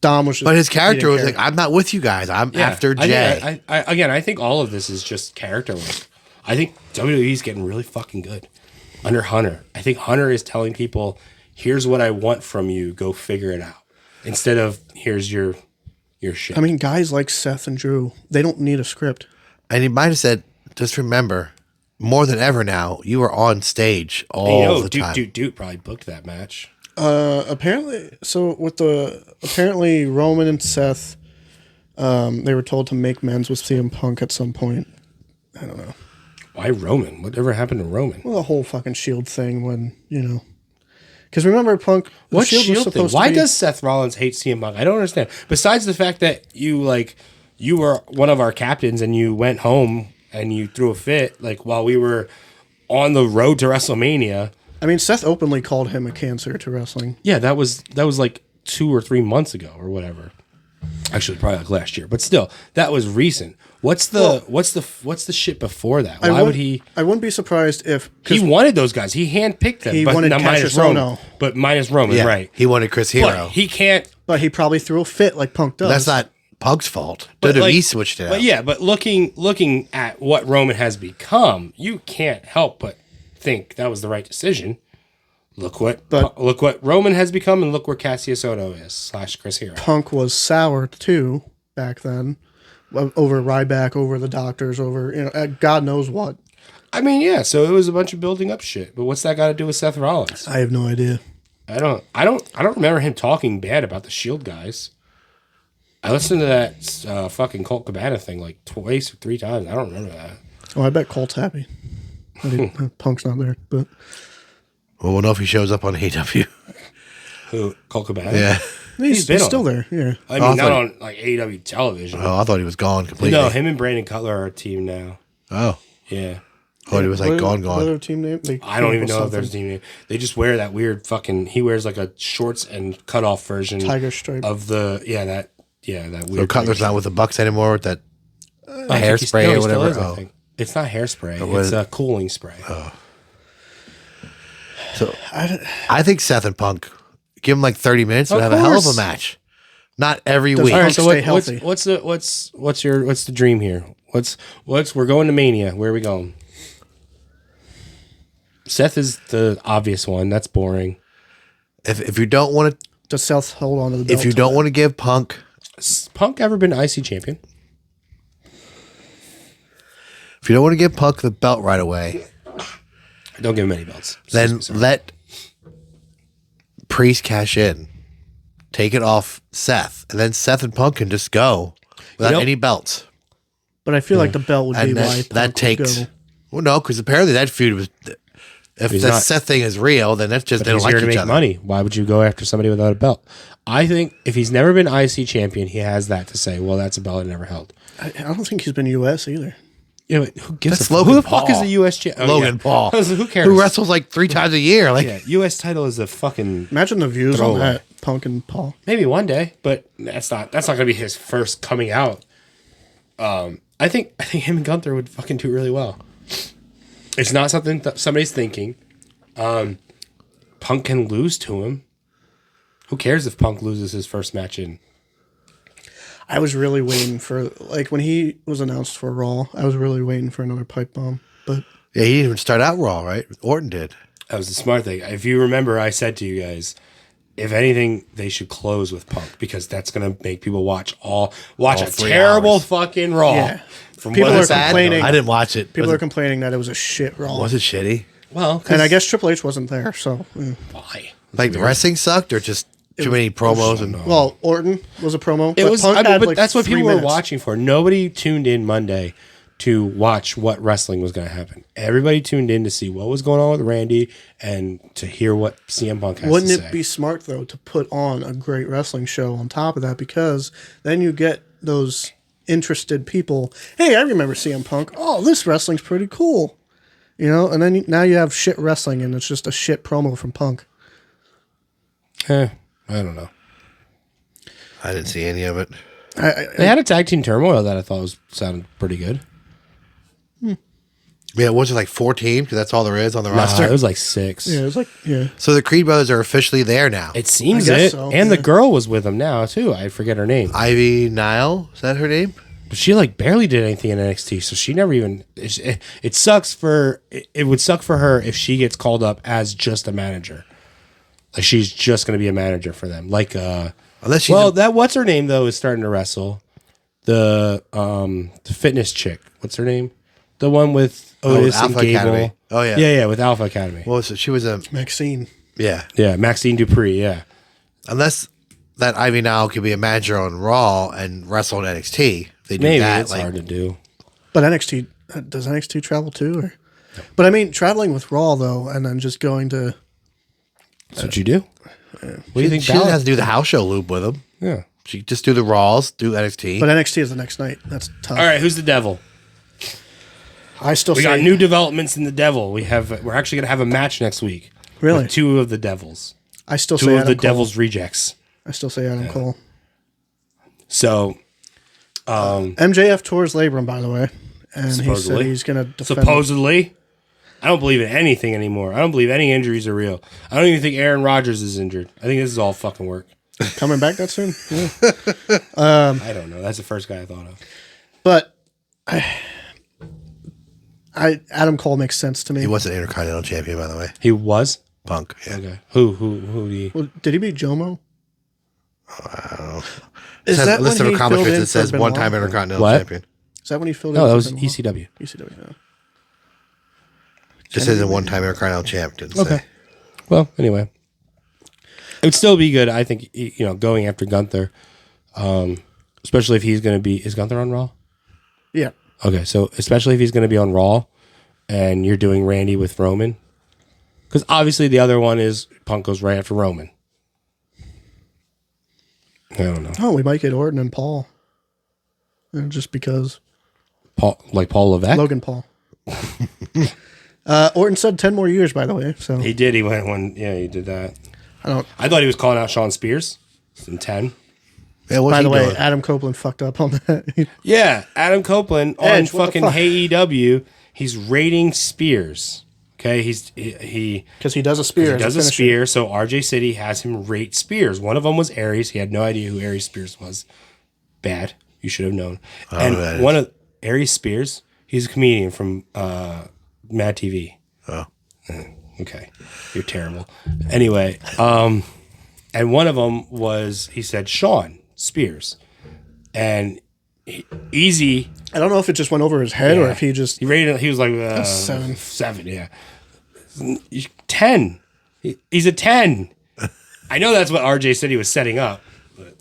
Speaker 1: Dom was just.
Speaker 3: But his
Speaker 1: he
Speaker 3: character
Speaker 1: didn't
Speaker 3: was
Speaker 1: care.
Speaker 3: like, "I'm not with you guys. I'm
Speaker 2: Yeah,
Speaker 3: after
Speaker 2: I
Speaker 3: Jay."
Speaker 2: think- I, I, again, I think all of this is just character work. I think WWE's getting really fucking good under Hunter. I think Hunter is telling people, "Here's what I want from you. Go figure it out." Instead of here's your your shit.
Speaker 1: I mean, guys like Seth and Drew, they don't need a script.
Speaker 3: and he might have said, "Just remember, more than ever now, you are on stage all
Speaker 2: you know,
Speaker 3: the
Speaker 2: Duke,
Speaker 3: time."
Speaker 2: Duke, Duke probably booked that match.
Speaker 1: Uh, apparently, so with the apparently Roman and Seth, um, they were told to make amends with CM Punk at some point.
Speaker 2: Why Roman? Whatever happened to Roman?
Speaker 1: Well, the whole fucking Shield E thing when you know, because remember Punk, the
Speaker 2: What shield,
Speaker 1: E
Speaker 3: E
Speaker 1: was
Speaker 2: thing?
Speaker 1: supposed
Speaker 2: Why
Speaker 1: to be-
Speaker 2: does Seth Rollins hate CM Punk? I don't understand. Besides the fact that you like you were one of our captains and you went home and you threw a fit like while we were on the road to WrestleMania.
Speaker 1: I mean Seth openly called him a cancer to wrestling.
Speaker 2: Yeah, that was that was like two or three months ago or whatever. Actually, probably like last year, but still, that was recent. What's the what's the what's the shit before that? Why
Speaker 1: I
Speaker 2: would he?
Speaker 1: I wouldn't be surprised if
Speaker 2: He wanted those guys. He handpicked them.
Speaker 1: He
Speaker 2: but
Speaker 1: wanted
Speaker 2: not minus
Speaker 1: Cassius
Speaker 2: Roman,
Speaker 1: Ohno.
Speaker 2: but minus Roman,
Speaker 3: Yeah,
Speaker 2: right?
Speaker 3: He wanted Chris Hero.
Speaker 2: But he can't
Speaker 1: but he probably threw a fit like Punk does.
Speaker 3: That's not Punk's fault.
Speaker 2: But,
Speaker 3: WWE
Speaker 2: like-
Speaker 3: switched it
Speaker 2: But
Speaker 3: out.
Speaker 2: yeah, but looking looking at what Roman has become, you can't help but think that was the right decision. Look what
Speaker 1: But-
Speaker 2: look what Roman has become, and look where Cassius Ohno is slash Chris Hero.
Speaker 1: Punk was sour too back then, o- over Ryback, over the doctors, over you know uh, God knows what.
Speaker 2: I mean, yeah. So it was a bunch of building up shit. But what's that got to do with Seth Rollins?
Speaker 1: I have no idea.
Speaker 2: I don't I don't I don't remember him talking bad about the Shield E guys. I listened to that uh, fucking Colt Cabana thing like twice or three times. I don't remember that.
Speaker 1: Oh, I bet Colt's happy. I
Speaker 3: Hmm.
Speaker 1: mean, Punk's not there, but
Speaker 3: Well, we'll know if he shows up on AW.
Speaker 2: Who Colt Cabana?
Speaker 3: yeah.
Speaker 1: he's,
Speaker 2: He's been
Speaker 1: he's
Speaker 2: on
Speaker 1: still
Speaker 2: it.
Speaker 1: there. Yeah,
Speaker 2: I mean, not
Speaker 3: thought-
Speaker 2: on like AEW television.
Speaker 3: Oh, I thought he was gone completely.
Speaker 2: No, him and Brandon Cutler are a team now.
Speaker 3: Oh.
Speaker 2: Yeah.
Speaker 3: I thought he was like
Speaker 1: What-
Speaker 3: gone,
Speaker 1: what
Speaker 3: gone.
Speaker 1: other team name? They
Speaker 2: I don't even know if
Speaker 1: something.
Speaker 2: there's a team name. They just wear that weird fucking he wears like a shorts and cut off version
Speaker 1: tiger stripe.
Speaker 2: of the yeah, that yeah, that weird
Speaker 3: So Cutler's not with the Bucks anymore with that
Speaker 2: I think he's-
Speaker 3: hairspray
Speaker 2: no,
Speaker 3: or
Speaker 2: he still
Speaker 3: whatever?
Speaker 2: is, I
Speaker 3: Oh.
Speaker 2: think. It's not hairspray.
Speaker 3: what Oh.
Speaker 2: it's
Speaker 3: is-
Speaker 2: a cooling spray.
Speaker 3: So I think Seth and Punk give him like 30 minutes and
Speaker 2: Of
Speaker 3: have a hell of
Speaker 2: course.
Speaker 3: a match. Not every
Speaker 1: Does
Speaker 3: week.
Speaker 2: All right,
Speaker 1: Punk
Speaker 2: so
Speaker 1: stay
Speaker 2: what, what's
Speaker 1: healthy.
Speaker 2: what's the what's what's your what's the dream here? What's what's we're going to Mania? Where are we going? Seth is the obvious one. That's boring.
Speaker 3: If, if you don't want to,
Speaker 1: Does South hold on to the belt?
Speaker 3: if you don't want to give Punk,
Speaker 2: Has Punk ever been IC champion?
Speaker 3: if you don't want to give Punk the belt right away,
Speaker 2: I don't give him any belts.
Speaker 3: then let Priest cash in, take it off Seth, and then Seth and Punk can just go without
Speaker 2: Yep.
Speaker 3: any belts.
Speaker 1: but I feel like the belt would be
Speaker 3: And
Speaker 1: why
Speaker 3: that,
Speaker 1: Punk
Speaker 3: that
Speaker 1: would
Speaker 3: takes.
Speaker 1: go.
Speaker 3: Well, no, because apparently that feud was. If
Speaker 2: He's
Speaker 3: the
Speaker 2: not.
Speaker 3: Seth thing is real, then that's just they don't
Speaker 2: he's
Speaker 3: like
Speaker 2: here to
Speaker 3: each
Speaker 2: make
Speaker 3: other.
Speaker 2: money. Why would you go after somebody without a belt? I think if he's never been IC champion, he has that to say. Well, that's a belt I never held.
Speaker 1: I, I don't think he's been U.S. either.
Speaker 2: You know, who gives
Speaker 3: That's
Speaker 2: a fuck?
Speaker 3: Logan
Speaker 2: Who the fuck
Speaker 3: Paul.
Speaker 2: is the U.S. Cha- oh,
Speaker 3: Logan
Speaker 2: yeah.
Speaker 3: Paul,
Speaker 2: who cares?
Speaker 3: who wrestles like three times a year. Like,
Speaker 2: Yeah, U.S. title is a fucking
Speaker 1: Imagine the views
Speaker 2: Throw
Speaker 1: on
Speaker 2: away.
Speaker 1: that. Punk and Paul.
Speaker 2: maybe one day, but that's not that's not gonna be his first coming out. Um, I think I think him and Gunther would fucking do really well. It's not something that somebody's thinking. Um, Punk can lose to him. Who cares if Punk loses his first match in?
Speaker 1: I was really waiting for like when he was announced for Raw. I was really waiting for another pipe bomb, but
Speaker 3: yeah, he didn't even start out Raw, right? Orton did.
Speaker 2: That was the smart thing. If you remember, I said to you guys, if anything, they should close with Punk because that's gonna make people watch all watch
Speaker 3: All
Speaker 2: a
Speaker 3: three
Speaker 2: terrible
Speaker 3: hours.
Speaker 2: fucking Raw.
Speaker 1: Yeah.
Speaker 2: From
Speaker 1: People
Speaker 2: what
Speaker 1: are
Speaker 2: it's at.
Speaker 1: complaining.
Speaker 3: I didn't watch it.
Speaker 1: people
Speaker 3: was,
Speaker 1: are complaining that it was a shit Raw.
Speaker 3: it, was it shitty?
Speaker 2: Well,
Speaker 1: and I guess Triple H wasn't there, so mm.
Speaker 2: why?
Speaker 3: Like the wrestling sucked, or just too many promos and
Speaker 1: well, Orton was a promo.
Speaker 2: It was, I mean,
Speaker 1: had,
Speaker 2: but
Speaker 1: like,
Speaker 2: that's what
Speaker 1: three
Speaker 2: people were
Speaker 1: minutes.
Speaker 2: watching for. Nobody tuned in Monday to watch what wrestling was going to happen. Everybody tuned in to see what was going on with Randy and to hear what CM Punk has
Speaker 1: Wouldn't
Speaker 2: to
Speaker 1: it
Speaker 2: say.
Speaker 1: be smart though to put on a great wrestling show on top of that because then you get those interested people. Hey, I remember CM Punk. Oh, this wrestling's pretty cool. You know, and then you, now you have shit wrestling, and it's just a shit promo from Punk.
Speaker 2: Eh, I don't know.
Speaker 3: I didn't see any of it.
Speaker 1: I, I,
Speaker 2: They had a tag team turmoil that I thought was sounded pretty good.
Speaker 3: Yeah, was it like four teams? Because that's all there is on the
Speaker 2: Uh, it
Speaker 3: roster.
Speaker 2: was like six.
Speaker 1: yeah, it was like yeah.
Speaker 3: So the Creed brothers are officially there now.
Speaker 2: It seems
Speaker 1: I guess
Speaker 2: it.
Speaker 1: so,
Speaker 2: and the
Speaker 1: yeah.
Speaker 2: girl was with him now too. I forget her name.
Speaker 3: Ivy Nile is that her name?
Speaker 2: But she like barely did anything in NXT, so she never even. It, it sucks for it, it would suck for her if she gets called up as just a manager, like she's just going to be a manager for them. Like, uh,
Speaker 3: Unless she's
Speaker 2: well,
Speaker 3: well,
Speaker 2: that what's her name though is starting to wrestle, the um the fitness chick. What's her name? The one with
Speaker 3: with
Speaker 2: Otis and
Speaker 3: Oh, Alpha
Speaker 2: Gable.
Speaker 3: Academy. Oh, yeah.
Speaker 2: yeah, yeah, with Alpha Academy.
Speaker 3: well, so she was a
Speaker 1: Maxine.
Speaker 3: yeah.
Speaker 2: yeah, Maxine Dupree. Yeah,
Speaker 3: Unless that Ivy Nile could be a manager on Raw and wrestle in NXT. If They do
Speaker 2: maybe
Speaker 3: that.
Speaker 2: it's
Speaker 3: like,
Speaker 2: hard to do.
Speaker 1: But NXT uh, does NXT travel too, or? But I mean, traveling with Raw though, and then just going to
Speaker 2: That's what you do. What do you think?
Speaker 3: uh, she doesn't
Speaker 2: Balor-
Speaker 3: have to do the house show loop with them.
Speaker 2: yeah.
Speaker 3: She just do the Raws, do NXT.
Speaker 1: but NXT is the next night. That's tough.
Speaker 2: All right, who's the devil?
Speaker 1: I still
Speaker 2: We
Speaker 1: say
Speaker 2: got new developments in the devil. We have we're actually gonna have a match next week.
Speaker 1: Really?
Speaker 2: With two of the devils.
Speaker 1: I still
Speaker 2: Two
Speaker 1: say
Speaker 2: of the
Speaker 1: Adam Cole.
Speaker 2: devil's rejects.
Speaker 1: I still say Adam Cole.
Speaker 2: So
Speaker 1: MJF tours Labrum, by the way, and he said
Speaker 2: Supposedly.
Speaker 1: he's going to defend.
Speaker 2: supposedly, I don't believe in anything anymore. I don't believe any injuries are real. I don't even think Aaron Rodgers is injured. I think this is all fucking work.
Speaker 1: coming back that soon. Yeah.
Speaker 2: I don't know. That's the first guy I thought of.
Speaker 1: But I, I Adam Cole makes sense to me.
Speaker 3: He was an Intercontinental Champion, by the way.
Speaker 2: He was
Speaker 3: Punk. Yeah.
Speaker 2: okay. Who who who do you?
Speaker 1: Well, did he beat Jomo?
Speaker 3: It
Speaker 1: Is
Speaker 3: says-
Speaker 1: that
Speaker 3: a list
Speaker 1: when
Speaker 3: of
Speaker 1: he
Speaker 3: accomplishments
Speaker 1: filled in
Speaker 3: that says
Speaker 1: for
Speaker 3: one time
Speaker 1: Benoit?
Speaker 3: Intercontinental
Speaker 2: What?
Speaker 3: Champion.
Speaker 1: Is that when he filled in?
Speaker 2: No, that
Speaker 1: for
Speaker 2: was E
Speaker 1: Benoit?
Speaker 2: ECW.
Speaker 1: ECW. yeah.
Speaker 3: Just says a one time Intercontinental Champion. Didn't okay.
Speaker 2: Okay. Well, anyway, it would still be good. I think y- you know going after Gunther, um, especially if he's going to be is Gunther on Raw.
Speaker 1: Yeah.
Speaker 2: Okay, so especially if he's going to be on Raw, and you're doing Randy with Roman, because obviously the other one is Punk goes right after Roman. I don't know,
Speaker 1: Oh, we might get Orton and Paul. Uh, Just because
Speaker 2: Paul like Paul Levesque.
Speaker 1: Logan Paul. uh, Orton said ten more years, by the way. So
Speaker 2: He did. He went one. Yeah, he did that.
Speaker 1: I don't.
Speaker 2: I thought he was calling out Sean Spears in ten.
Speaker 3: Yeah, what's
Speaker 1: By
Speaker 3: he
Speaker 1: the way,
Speaker 3: doing?
Speaker 1: Adam Copeland fucked up on that.
Speaker 2: Yeah, Adam Copeland on
Speaker 1: Edge, what the
Speaker 2: fucking
Speaker 1: fuck?
Speaker 2: Hey EW. He's rating Spears. Okay, he's he, he
Speaker 1: Because he does a spear. as
Speaker 2: does a
Speaker 1: finisher.
Speaker 2: spear. So RJ City has him rate Spears. One of them was Aries. He had no idea who Aries Spears was. Bad. You should have known.
Speaker 3: know who Oh, that
Speaker 2: and one of Aries Spears. He's a comedian from uh, Mad TV.
Speaker 3: Oh.
Speaker 2: Okay, you're terrible. Anyway, um, and one of them was he said Sean Spears, and he- easy
Speaker 1: I don't know if it just went over his head or if he just.
Speaker 2: He rated. it- He was like uh,
Speaker 1: seven.
Speaker 2: seven. Seven, yeah. Ten. He- He's a ten. I know that's what RJ said he was setting up.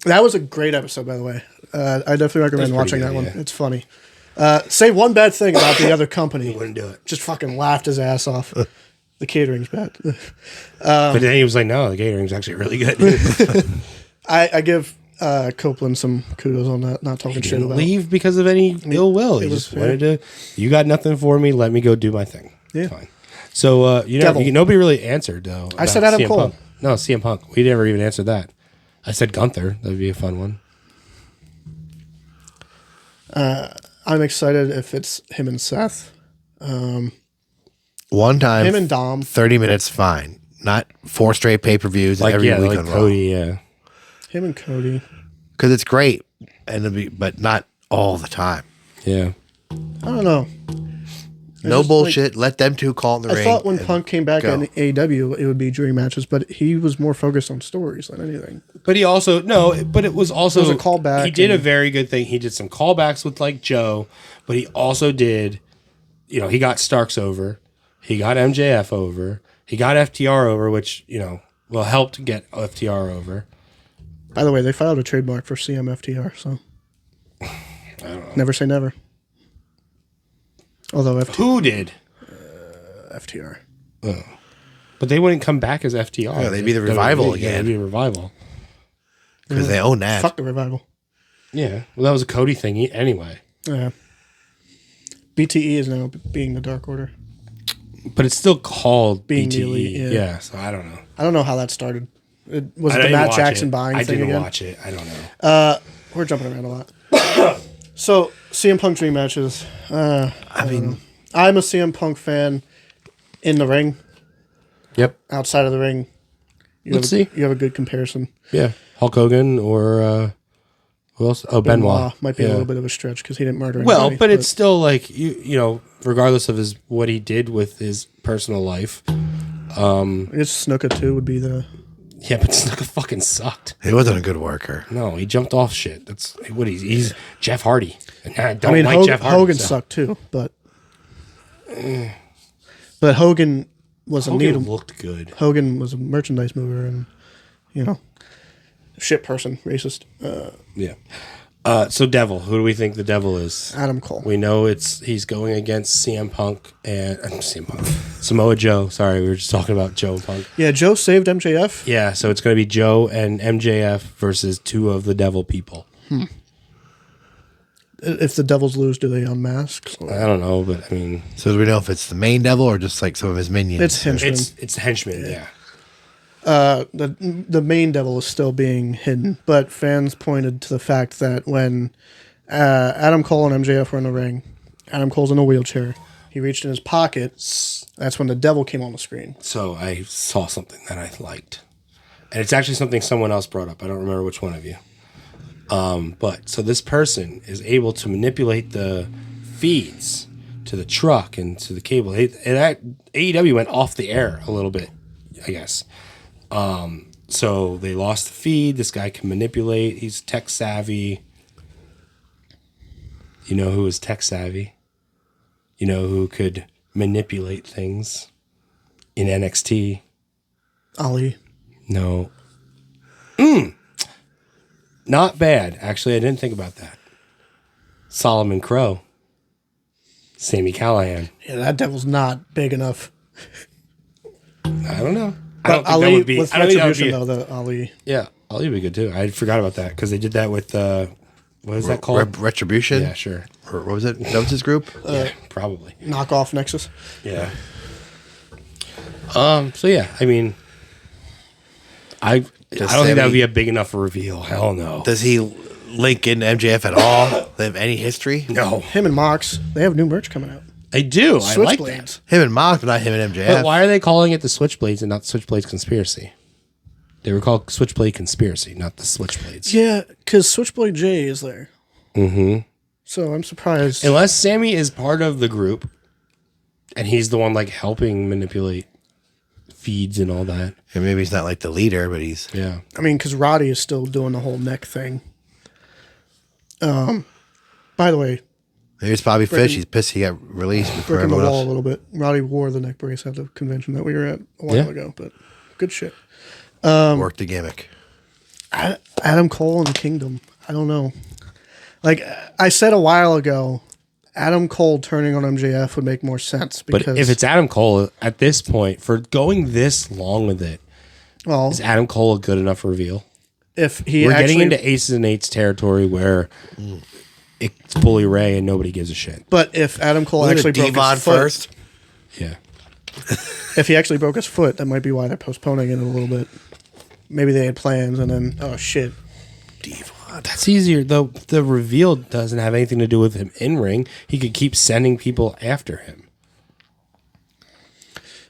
Speaker 1: That was a great episode, by the way. Uh, I definitely recommend watching
Speaker 2: pretty
Speaker 1: that
Speaker 2: good,
Speaker 1: one.
Speaker 2: yeah.
Speaker 1: It's funny. Uh, say one bad thing about the other company.
Speaker 2: Wouldn't do it.
Speaker 1: Just fucking laughed his ass off. the catering's bad.
Speaker 2: but then he was like, "No, the catering's actually really good."
Speaker 1: I, I give uh, Copeland some kudos on that. Not talking shit
Speaker 2: Didn't
Speaker 1: about.
Speaker 2: leave because of any ill will. He
Speaker 1: was
Speaker 2: just wanted to. You got nothing for me. Let me go do my thing.
Speaker 1: Yeah.
Speaker 2: Fine. So uh, you know,
Speaker 1: Devil.
Speaker 2: you, nobody really answered though. about
Speaker 1: said Adam
Speaker 2: CM
Speaker 1: Cole.
Speaker 2: Punk. No, CM Punk. We never even answered that. I said Gunther. That'd be a fun one.
Speaker 1: I'm excited if it's him and Seth,
Speaker 3: One time,
Speaker 1: him and Dom.
Speaker 3: 30 minutes, fine. Not four straight pay per views
Speaker 2: Like
Speaker 3: every
Speaker 2: yeah,
Speaker 3: week
Speaker 2: like
Speaker 3: on Cody.
Speaker 2: Cody. Yeah.
Speaker 1: Him and Cody.
Speaker 3: Because it's great, and it'll be, but not all the time.
Speaker 2: Yeah.
Speaker 1: I don't know. just,
Speaker 3: No
Speaker 1: like-
Speaker 3: bullshit. Let them two call it in the
Speaker 1: I
Speaker 3: ring.
Speaker 1: thought when
Speaker 3: and
Speaker 1: Punk came back
Speaker 3: go.
Speaker 1: in AEW, it would be dream matches, but he was more focused on stories than anything.
Speaker 2: But he also no, but it was also
Speaker 1: It was a callback
Speaker 2: He did a
Speaker 1: and-
Speaker 2: very good thing. He did some callbacks with like Joe, but he also did, you know, he got Starks over, he got MJF over, he got FTR over, which you know, well helped get FTR over.
Speaker 1: By the way, they filed a trademark for CMFTR, so never say never. Although FT,
Speaker 2: Who did? Oh,
Speaker 1: FTR,
Speaker 2: But they wouldn't come back as FTR.
Speaker 3: Yeah, they'd be the Revival
Speaker 2: Yeah,
Speaker 3: again.
Speaker 2: they'd be a revival.
Speaker 3: Because they own that.
Speaker 1: fuck the revival.
Speaker 2: Yeah. Well, that was a Cody thingy anyway.
Speaker 1: Yeah. BTE is now being the Dark Order.
Speaker 2: But it's still called
Speaker 1: Being the
Speaker 2: BTE.
Speaker 1: elite, yeah.
Speaker 2: yeah. So I don't know.
Speaker 1: I don't know how that started. It, was it
Speaker 2: I
Speaker 1: the
Speaker 2: didn't
Speaker 1: Matt
Speaker 2: watch
Speaker 1: Jackson
Speaker 2: it.
Speaker 1: buying
Speaker 2: I
Speaker 1: thing
Speaker 2: didn't
Speaker 1: again?
Speaker 2: watch it. I don't know.
Speaker 1: We're jumping around a lot. so CM Punk dream matches. Uh, I mean, I'm a CM Punk fan in the ring,
Speaker 2: yep.
Speaker 1: outside of the ring. You
Speaker 2: Let's
Speaker 1: have a,
Speaker 2: see.
Speaker 1: You have a good comparison.
Speaker 2: Yeah, Hulk Hogan or uh, who else? Oh, Benoit,
Speaker 1: Benoit Uh, might be
Speaker 2: Yeah.
Speaker 1: a little bit of a stretch because he didn't murder. Anybody,
Speaker 2: Well, but it's still like you you know, regardless of his what he did with his personal life.
Speaker 1: it's Snuka too would be the
Speaker 2: Yeah, but Snuka fucking sucked.
Speaker 3: He wasn't a good worker.
Speaker 2: No, he jumped off shit. That's what he's he's Jeff Hardy. And I don't
Speaker 1: I mean,
Speaker 2: like
Speaker 1: Hog-
Speaker 2: Oh, Jeff Hardy.
Speaker 1: Hogan
Speaker 2: so-
Speaker 1: sucked too, but but Hogan was a
Speaker 2: Hogan
Speaker 1: needle.
Speaker 2: looked good.
Speaker 1: Hogan was a merchandise mover and you know shit person, racist. Uh,
Speaker 2: Yeah. Uh, so Devil, who do we think the Devil is?
Speaker 1: Adam Cole.
Speaker 2: We know it's he's going against CM Punk and uh, CM Punk, Samoa Joe. Sorry, we were just talking about Joe and Punk.
Speaker 1: Yeah, Joe saved MJF.
Speaker 2: Yeah, so it's going to be Joe and MJF versus two of the devil people.
Speaker 1: If the Devils lose, do they unmask?
Speaker 2: I don't know, but I mean,
Speaker 3: So do we know if it's the main devil or just like some of his minions?
Speaker 1: It's henchmen.
Speaker 2: it's it's henchmen. Yeah.
Speaker 1: uh, the the main devil is still being hidden, but fans pointed to the fact that when uh, Adam Cole and MJF were in the ring, Adam Cole's in a wheelchair. He reached in his pocket. That's when the devil came on the screen.
Speaker 2: So I saw something that I liked. And it's actually something someone else brought up. I don't remember which one of you. Um, but so this person is able to manipulate the feeds to the truck and to the cable. It, it, act- AEW went off the air a little bit, I guess. Um, so they lost the feed. This guy can manipulate. He's tech savvy. You know who is tech savvy? You know who could manipulate things in NXT?
Speaker 1: Ali,
Speaker 2: No. Mm. Not bad. Actually, I didn't think about that. Solomon Crow. Sammy Callahan.
Speaker 1: yeah, that devil's not big enough.
Speaker 2: I don't know. I don't think
Speaker 1: Ali
Speaker 2: that would be.
Speaker 1: with
Speaker 2: I don't think that would
Speaker 1: retribution
Speaker 2: be.
Speaker 1: though. The Ali,
Speaker 2: Yeah, Ali would be good too. I forgot about that because they did that with uh, what is that called?
Speaker 3: Re- retribution.
Speaker 2: yeah, sure.
Speaker 3: Or what was it? That was his group.
Speaker 1: Uh,
Speaker 2: yeah, probably.
Speaker 1: knockoff Nexus.
Speaker 2: Yeah. Um. So yeah, I mean, I I don't think that
Speaker 3: Sammy-
Speaker 2: would be a big enough reveal. Hell no.
Speaker 3: Does he link in MJF at all? they have any history?
Speaker 2: no.
Speaker 1: Him and Mox, they have new merch coming out.
Speaker 2: I do. I like that.
Speaker 1: Switchblades.
Speaker 3: Him and Mox, but not him and MJF.
Speaker 2: But why are they calling it the Switchblades and not Switchblades Conspiracy? They were called Switchblade Conspiracy, not the Switchblades.
Speaker 1: Yeah, because Switchblade J is there. Mm-hmm. So I'm surprised.
Speaker 2: Unless Sammy is part of the group and he's the one like helping manipulate feeds and all that.
Speaker 3: And maybe he's not like the leader, but he's
Speaker 2: Yeah.
Speaker 1: I mean, because Roddy is still doing the whole neck thing. Um, by the way,
Speaker 3: maybe it's Bobby Fish. He's pissed he got released before
Speaker 1: breaking the
Speaker 3: everyone
Speaker 1: wall a
Speaker 3: else.
Speaker 1: little bit. Roddy wore the neck brace at the convention that we were at a while
Speaker 2: Yeah.
Speaker 1: ago, but good shit.
Speaker 3: worked the gimmick.
Speaker 1: I, Adam Cole and Kingdom. I don't know. Like I said a while ago, Adam Cole turning on MJF would make more sense
Speaker 2: But
Speaker 1: because
Speaker 2: if it's Adam Cole at this point, for going this long with it,
Speaker 1: well,
Speaker 2: is Adam Cole a good enough reveal?
Speaker 1: if he
Speaker 2: We're
Speaker 1: actually,
Speaker 2: getting into aces and eights territory where it's bully Ray and nobody gives a shit.
Speaker 1: but if Adam Cole
Speaker 3: Wasn't
Speaker 1: actually broke
Speaker 3: it Devon
Speaker 1: his foot,
Speaker 3: first.
Speaker 2: Yeah.
Speaker 1: if he actually broke his foot, that might be why they're postponing it a little bit. Maybe they had plans, and then oh shit,
Speaker 2: That's easier. The the reveal doesn't have anything to do with him in ring. He could keep sending people after him.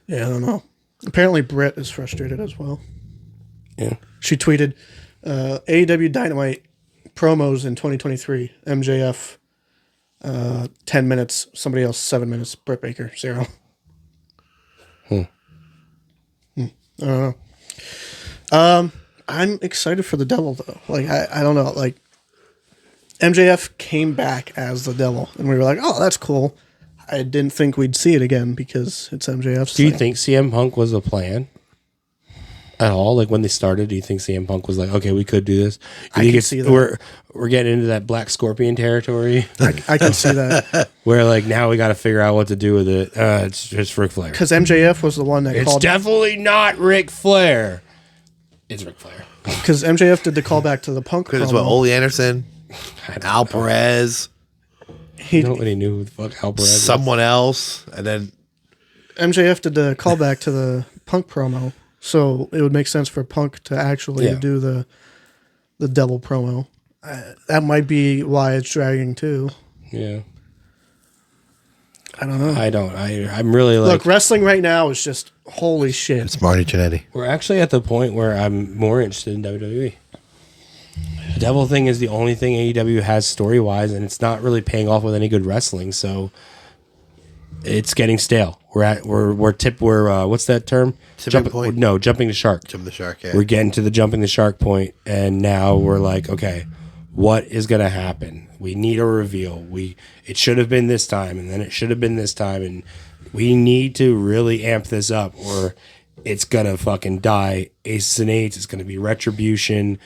Speaker 1: Yeah, I don't know. Apparently, Britt is frustrated as well.
Speaker 2: Yeah.
Speaker 1: She tweeted, uh, "AEW Dynamite promos in 2023. MJF, uh, 10 minutes. Somebody else, seven minutes. Britt Baker, zero. Hmm. I don't know. Um, I'm excited for the Devil though. Like, I, I don't know. Like, MJF came back as the Devil, and we were like, oh, that's cool. I didn't think we'd see it again because it's MJF's.
Speaker 2: Do you
Speaker 1: thing.
Speaker 2: think CM Punk was a plan at all? Like when they started, do you think CM Punk was like, okay, we could do this? I
Speaker 1: can see that.
Speaker 2: We're we're getting into that Black Scorpion territory
Speaker 1: I can see that
Speaker 2: where like now we got to figure out what to do with it. Uh, it's just Ric Flair.
Speaker 1: because MJF was the one that
Speaker 2: It's
Speaker 1: called
Speaker 2: definitely not Ric Flair. It's Ric Flair.
Speaker 1: because MJF did the callback to the Punk
Speaker 3: Because what?
Speaker 1: promo.
Speaker 3: Ole Anderson, Al Perez,
Speaker 1: He,
Speaker 2: Nobody knew who the fuck Al Perez. was.
Speaker 3: someone else, and then
Speaker 1: MJF did the callback to the Punk promo, so it would make sense for Punk to actually
Speaker 2: Yeah.
Speaker 1: do the the Devil promo. Uh, that might be why it's dragging too.
Speaker 2: yeah.
Speaker 1: I don't know.
Speaker 2: I don't. I I'm really like
Speaker 1: Look, wrestling right now is just holy shit.
Speaker 3: it's Marty Jannetty.
Speaker 2: We're actually at the point where I'm more interested in WWE. The devil thing is the only thing AEW has story wise, and it's not really paying off with any good wrestling. So it's getting stale. We're at we're we're tip we're uh, what's that term?
Speaker 3: Tipping
Speaker 2: Jumping-
Speaker 3: point.
Speaker 2: No, jumping the shark.
Speaker 3: Jim the Shark. Yeah.
Speaker 2: We're getting to the jumping the shark point, and now we're like, okay, what is gonna happen? We need a reveal. We it should have been this time, and then it should have been this time, and we need to really amp this up, or it's gonna fucking die. Aces and eights. It's gonna be retribution.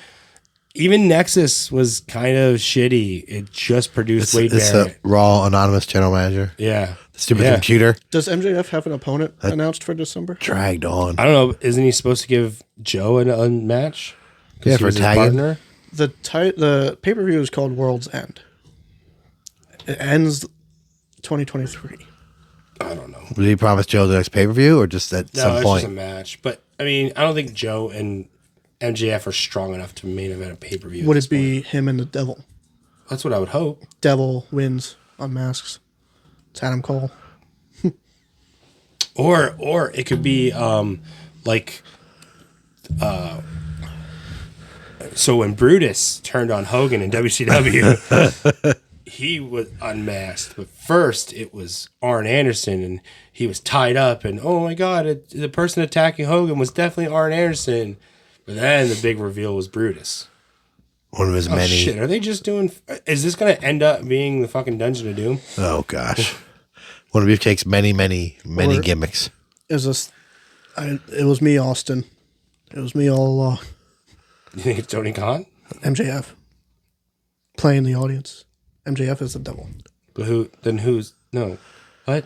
Speaker 2: Even Nexus was kind of shitty. It just produced Wade
Speaker 3: It's a
Speaker 2: Barrett.
Speaker 3: raw anonymous general manager.
Speaker 2: yeah,
Speaker 3: Stupid
Speaker 2: Yeah.
Speaker 3: computer
Speaker 1: Does MJF have an opponent announced for December?
Speaker 3: dragged on.
Speaker 2: I don't know. Isn't he supposed to give Joe an, a match? 'Cause
Speaker 3: Yeah,
Speaker 2: he
Speaker 3: for
Speaker 2: was his
Speaker 3: tagging.
Speaker 2: partner.
Speaker 1: The ti- the pay per view is called World's End. It ends 2023.
Speaker 2: I don't know.
Speaker 3: Did he promise Joe the next pay per view or just at
Speaker 2: No,
Speaker 3: some
Speaker 2: it's
Speaker 3: point?
Speaker 2: just a match. But I mean, I don't think Joe and MJF are strong enough to main event a pay per view.
Speaker 1: Would it be him and the devil?
Speaker 2: That's what I would hope.
Speaker 1: Devil wins on masks. It's Adam Cole.
Speaker 2: Or or it could be um like uh so when Brutus turned on Hogan in WCW he was unmasked but first it was Arn Anderson and he was tied up and oh my god it, the person attacking Hogan was definitely Arn Anderson but then the big reveal was Brutus
Speaker 3: One of his
Speaker 2: oh,
Speaker 3: many.
Speaker 2: shit are they just doing is this gonna end up being the fucking Dungeon of Doom
Speaker 3: Oh gosh. One of Beefcake's many, many, many
Speaker 1: Or-
Speaker 3: gimmicks.
Speaker 1: It was just, I, it was me, Austin. It was me all uh, along.
Speaker 2: you think it's Tony Khan
Speaker 1: MJF playing the audience. MJF is the devil.
Speaker 2: But who? Then who's no? What?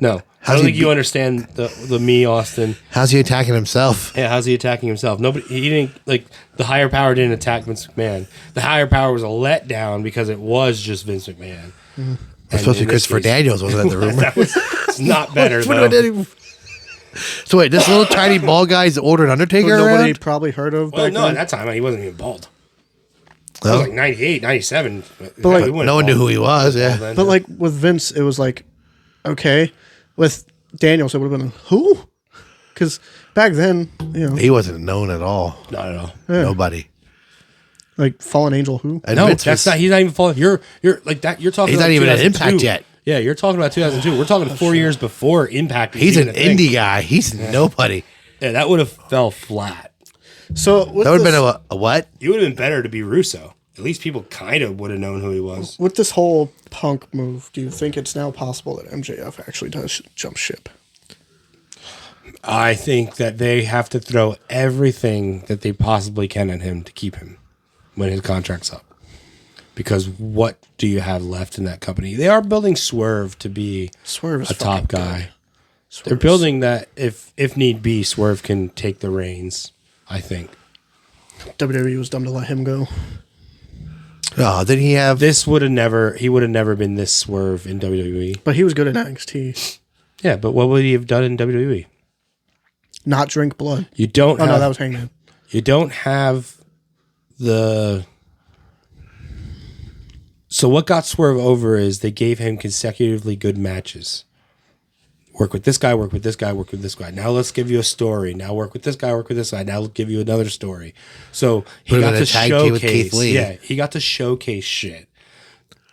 Speaker 2: No. I
Speaker 3: does
Speaker 2: don't
Speaker 3: he
Speaker 2: think you understand the the me Austin.
Speaker 3: How's he attacking himself?
Speaker 2: Yeah, how's he attacking himself? Nobody. He didn't like the higher power didn't attack Vince McMahon. The higher power was a letdown because it was just Vince McMahon.
Speaker 3: It's supposed to be Christopher Daniels, wasn't that the rumor?
Speaker 2: It's not better
Speaker 3: What do I
Speaker 2: though.
Speaker 3: do? so wait, this little tiny bald guy's ordered Undertaker
Speaker 1: Nobody
Speaker 3: around?
Speaker 1: probably heard of.
Speaker 2: Well,
Speaker 1: back
Speaker 2: no, at
Speaker 1: then.
Speaker 2: that time he wasn't even bald. It
Speaker 3: No,
Speaker 2: was like 98, 97.
Speaker 1: like,
Speaker 2: But, we wouldn't
Speaker 3: no one knew
Speaker 2: bald
Speaker 3: who he was. Yeah,
Speaker 2: then.
Speaker 1: But like with Vince, it was like, okay. With Daniels, it would have been who? Because back then, you know,
Speaker 3: he wasn't known at all.
Speaker 2: not at all.
Speaker 3: Nobody.
Speaker 1: like Fallen Angel, who?
Speaker 3: And
Speaker 2: No,
Speaker 3: Vince
Speaker 2: that's
Speaker 3: was-
Speaker 2: not. He's not even following. You're you're like that. You're talking.
Speaker 3: He's
Speaker 2: about
Speaker 3: not even at
Speaker 2: 2002.
Speaker 3: Impact yet.
Speaker 2: Yeah, you're talking about 2002. We're talking four years before Impact. was
Speaker 3: He's
Speaker 2: even
Speaker 3: an
Speaker 2: a thing.
Speaker 3: indie guy. He's nobody.
Speaker 2: Yeah, that would have fell flat.
Speaker 1: So with
Speaker 3: That would have
Speaker 1: this,
Speaker 3: been a, a what?
Speaker 2: It would have been better to be Russo. At least people kind of would have known who he was.
Speaker 1: with this whole punk move. Do you think it's now possible that MJF actually does sh- jump ship?
Speaker 2: I think that they have to throw everything that they possibly can at him to keep him when his contract's up. Because what do you have left in that company? They are building Swerve to be
Speaker 1: Swerve is
Speaker 2: a top
Speaker 1: fucking good.
Speaker 2: guy. They're
Speaker 1: Swerve's-
Speaker 2: building that if if need be, Swerve can take the reins. I think
Speaker 1: WWE E was dumb to let him go.
Speaker 3: Oh, did he have?
Speaker 2: this would have never he would have never been this Swerve in WWE.
Speaker 1: But he was good at NXT.
Speaker 2: Yeah, but what would he have done in WWE?
Speaker 1: Not drink blood.
Speaker 2: You don't.
Speaker 1: Oh
Speaker 2: have,
Speaker 1: no, that was Hangman.
Speaker 2: you don't have the so what got swerve over is they gave him consecutively good matches work with this guy work with this guy work with this guy now let's give you a story now work with this guy work with this guy now we'll give you another story so he
Speaker 3: Put him
Speaker 2: got
Speaker 3: in a
Speaker 2: to
Speaker 3: tag team with Keith
Speaker 2: showcase
Speaker 3: Lee.
Speaker 2: yeah he got to showcase shit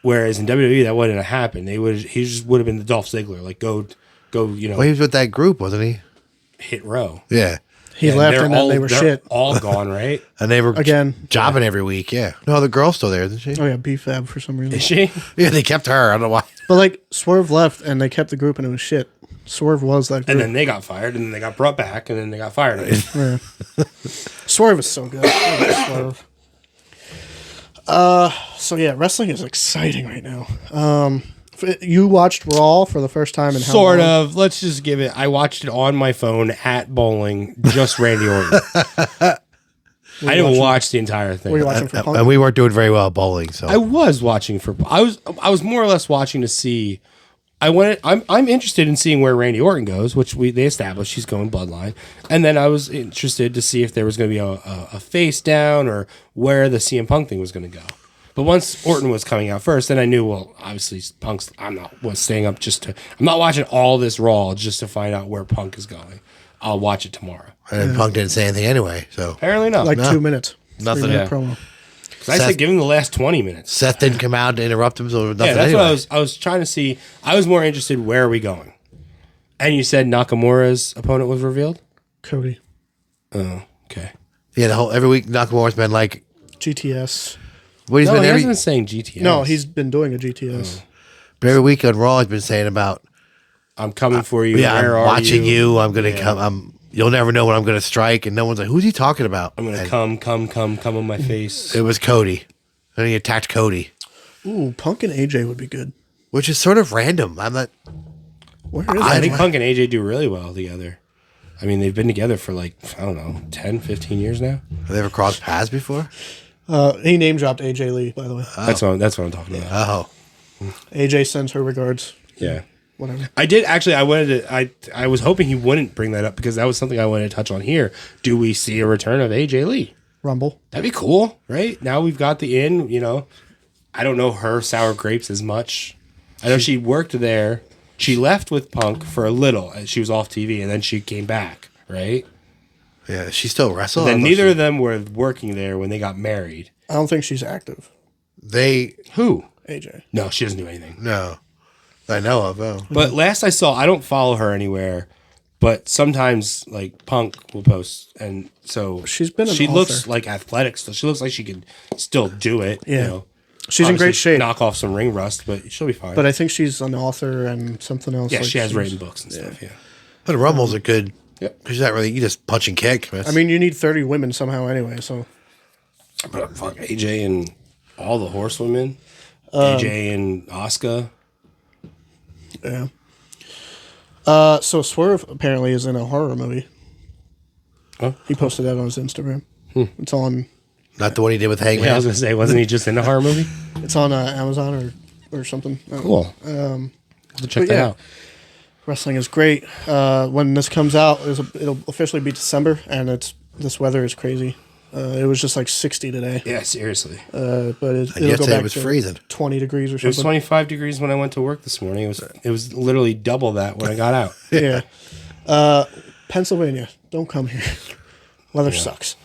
Speaker 2: whereas in wwe that wouldn't have happened they would he just would have been the dolph ziggler like go go you know
Speaker 3: Well, he was with that group, wasn't he?
Speaker 2: hit row
Speaker 3: Yeah,
Speaker 1: He left and then they were
Speaker 2: they're
Speaker 1: shit.
Speaker 2: all gone right
Speaker 3: and they were
Speaker 1: Again.
Speaker 3: jobbing every week. Yeah, no, the girl's still there, isn't she?
Speaker 1: Oh yeah, BFAB for some reason.
Speaker 2: is she
Speaker 3: Yeah, they kept her. I don't know why.
Speaker 1: But like Swerve left and they kept the group and it was shit. Swerve was that
Speaker 2: And
Speaker 1: group.
Speaker 2: then they got fired, and then they got brought back, and then they got fired. again.
Speaker 1: Yeah. Swerve is so good. I love Swerve. Uh, so yeah, wrestling is exciting right now. Um, f- you watched Raw for the first time in how
Speaker 2: sort
Speaker 1: long?
Speaker 2: of. Let's just give it. I watched it on my phone at bowling, just Randy Orton. I didn't watch the entire thing.
Speaker 1: Were you watching for Punk?
Speaker 3: Uh,
Speaker 2: uh,
Speaker 3: And we weren't doing very well at bowling, so
Speaker 2: I was watching for. I was. I was more or less watching to see. I wanted. I'm. I'm interested in seeing where Randy Orton goes, which we they established he's going Bloodline, and then I was interested to see if there was going to be a, a, a face down or where the CM Punk thing was going to go. But once Orton was coming out first, then I knew. Well, obviously Punk's. I'm not was staying up just to. I'm not watching all this Raw just to find out where Punk is going. I'll watch it tomorrow.
Speaker 3: and Punk didn't say anything anyway. So
Speaker 2: Apparently not.
Speaker 1: like
Speaker 2: Like,
Speaker 1: two minutes.
Speaker 3: Nothing.
Speaker 1: Three-minute
Speaker 2: Yeah.
Speaker 1: promo.
Speaker 2: I said, give him the last twenty minutes.
Speaker 3: Seth didn't come out to interrupt him, so nothing
Speaker 2: Yeah, that's
Speaker 3: anyway.
Speaker 2: what I was. I was trying to see. I was more interested. Where are we going? And you said Nakamura's opponent was revealed.
Speaker 1: Cody,
Speaker 2: Oh, okay.
Speaker 3: yeah, the whole every week Nakamura's been like,
Speaker 1: GTS.
Speaker 3: what he's
Speaker 2: No,
Speaker 3: been
Speaker 2: he
Speaker 3: every
Speaker 2: hasn't been saying GTS.
Speaker 1: No, he's been doing a
Speaker 2: Oh.
Speaker 1: GTS.
Speaker 3: every week on Raw. He's been saying about
Speaker 2: I'm coming for you.
Speaker 3: yeah,
Speaker 2: Where
Speaker 3: I'm
Speaker 2: are
Speaker 3: watching you. I'm gonna come. I'm you'll never know when I'm gonna strike, and no one's like, who's he talking about?
Speaker 2: I'm gonna
Speaker 3: And
Speaker 2: come, come, come, come on my face.
Speaker 3: It was Cody, and he attacked Cody,
Speaker 1: Ooh, Punk and AJ would be good.
Speaker 3: which is sort of random. I'm not.
Speaker 1: Where is
Speaker 2: I
Speaker 1: that?
Speaker 2: think Punk and AJ do really well together. I mean, they've been together for like I don't know, 10, 15 years now.
Speaker 3: Have they ever crossed paths before?
Speaker 1: Uh, he name dropped
Speaker 2: Uh.
Speaker 1: AJ Lee, by the way.
Speaker 2: That's what that's what I'm talking about.
Speaker 3: Oh,
Speaker 1: AJ sends her regards.
Speaker 2: Yeah.
Speaker 1: whatever.
Speaker 2: I did actually. I wanted to. I I was hoping he wouldn't bring that up because that was something I wanted to touch on here. Do we see a return of AJ Lee?
Speaker 1: Rumble.
Speaker 2: That'd be cool, right? Now we've got the in. You know, I don't know her sour grapes as much. I know she worked there. She left with Punk for a little. and She was off TV, and then she came back, right?
Speaker 3: Yeah, she still wrestled.
Speaker 2: Then neither of them were working there when they got married.
Speaker 1: I don't think she's active.
Speaker 3: they
Speaker 2: Who?
Speaker 1: AJ.
Speaker 2: No, she doesn't do anything.
Speaker 3: no, I know of. Oh,
Speaker 2: But last I saw, I don't follow her anywhere. But sometimes, like Punk will post, and so
Speaker 1: She's been an
Speaker 2: she looks
Speaker 1: author.
Speaker 2: like athletic. So she looks like she could still do it.
Speaker 1: Yeah.
Speaker 2: you know.
Speaker 1: She's in
Speaker 2: Obviously,
Speaker 1: great shape,
Speaker 2: Knock off some ring rust, but she'll be fine.
Speaker 1: but I think she's an author and something else.
Speaker 2: yeah,
Speaker 1: like
Speaker 2: she has
Speaker 1: she's-
Speaker 2: written books and stuff. Yeah,
Speaker 3: but Rumble's a good.
Speaker 2: Yep.
Speaker 3: Because not really you just punch and kick. man.
Speaker 1: I mean, you need 30 women somehow anyway, so
Speaker 2: but fuck AJ and all the horsewomen, AJ and Oscar.
Speaker 1: yeah. Uh, so Swerve apparently is in a horror movie.
Speaker 2: Huh? Hmm.
Speaker 1: He posted that on his Instagram. It's on
Speaker 3: not the one he did with Hangman.
Speaker 2: Yeah, I was gonna say, wasn't he just in a horror movie?
Speaker 1: it's on uh, Amazon or or something. I don't know.
Speaker 2: Cool. Um, to check
Speaker 1: but
Speaker 2: that
Speaker 1: yeah.
Speaker 2: out.
Speaker 1: Wrestling is great. Uh, when this comes out, it's a, it'll officially be December, and it's this weather is crazy. Uh, it was just like 60 today,
Speaker 2: Yeah, seriously.
Speaker 1: uh, but it,
Speaker 3: And
Speaker 1: it'll go
Speaker 3: yesterday
Speaker 1: back
Speaker 3: it was
Speaker 1: to
Speaker 3: freezing.
Speaker 1: 20 degrees or
Speaker 2: It was
Speaker 1: something.
Speaker 2: 25 degrees when I went to work this morning. It was it was literally double that when I got out.
Speaker 1: yeah. Uh, Pennsylvania, don't come here. Weather sucks.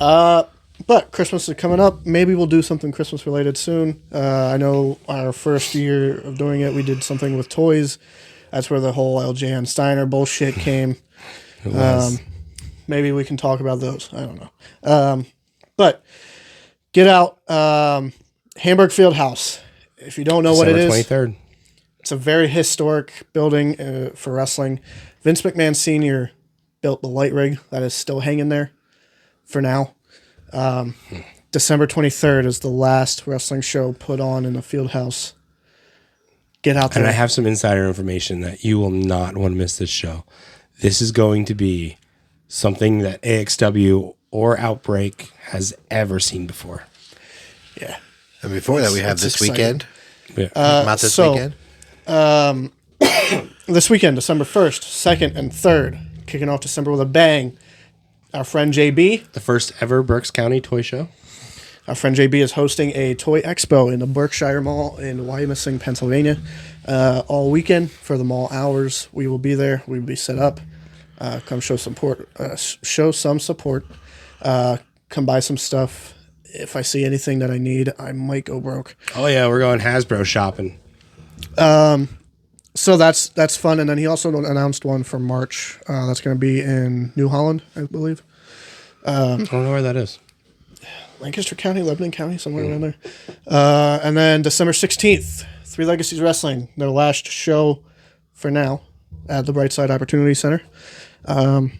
Speaker 1: Uh, but Christmas is coming up. Maybe we'll do something Christmas related soon. Uh, I know our first year of doing it, we did something with toys. That's where the whole LJ and Steiner bullshit came. Um, maybe we can talk about those. I don't know. Um, but get out. Um, Hamburg Field House. If you don't know what it
Speaker 2: December
Speaker 1: is,
Speaker 2: 23rd.
Speaker 1: it's a very historic building uh, for wrestling. Vince McMahon Sr. built the light rig that is still hanging there for now. Um, December 23rd is the last wrestling show put on in the field house. Get out
Speaker 2: And
Speaker 1: there.
Speaker 2: I have some insider information that you will not want to miss this show. This is going to be something that AXW or Outbreak has ever seen before.
Speaker 1: yeah.
Speaker 3: And before that, we have
Speaker 1: it's
Speaker 3: this
Speaker 1: exciting.
Speaker 3: weekend.
Speaker 2: Yeah.
Speaker 3: not this
Speaker 1: so-
Speaker 3: weekend.
Speaker 1: This weekend, December 1st, 2nd, and 3rd. Kicking off December with a bang. Our friend JB.
Speaker 2: the first ever Berks County toy show.
Speaker 1: Our Uh, friend JB is hosting a toy expo in the Berkshire Mall in Wyomissing, Pennsylvania, uh, all weekend for the mall hours. We will be there. We will be set up. Uh, come show support. Uh, s- show some support. Uh, come buy some stuff. If I see anything that I need, I might go broke.
Speaker 2: Oh yeah, we're going Hasbro shopping.
Speaker 1: So that's that's fun. And then he also announced one for March. Uh, that's going to be in New Holland, I believe.
Speaker 2: I don't know where that is.
Speaker 1: Lancaster County, Lebanon County, somewhere
Speaker 2: Hmm.
Speaker 1: around there. Uh, and then December 16th, Three Legacies Wrestling, their last show for now at the Brightside Opportunity Center. Um,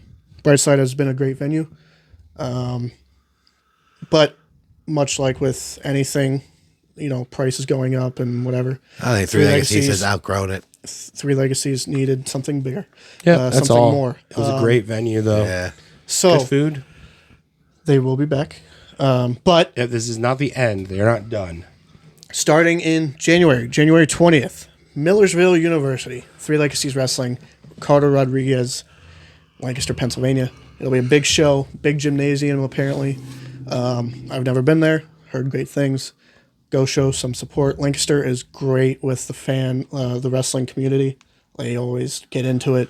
Speaker 1: Brightside has been a great venue. Um, but much like with anything, you know, prices going up and whatever,
Speaker 3: I think Three
Speaker 1: Three
Speaker 3: Legacies
Speaker 1: Legacies.
Speaker 3: has outgrown it.
Speaker 1: Three Legacies needed something bigger.
Speaker 2: Yeah,
Speaker 1: uh,
Speaker 2: that's
Speaker 1: something
Speaker 2: all.
Speaker 1: more.
Speaker 2: It was a great venue though.
Speaker 3: Yeah.
Speaker 1: So
Speaker 2: Good food.
Speaker 1: they will be back. Um, but
Speaker 2: Yeah, this is not the end. They're not done.
Speaker 1: starting in January, January 20th, Millersville University, Three Legacies Wrestling, Carter Rodriguez, Lancaster, Pennsylvania. It'll be a big show, big gymnasium, apparently. Um, I've never been there, heard great things. Go show some support. Lancaster is great with the fan, uh, the wrestling community. They always get into it.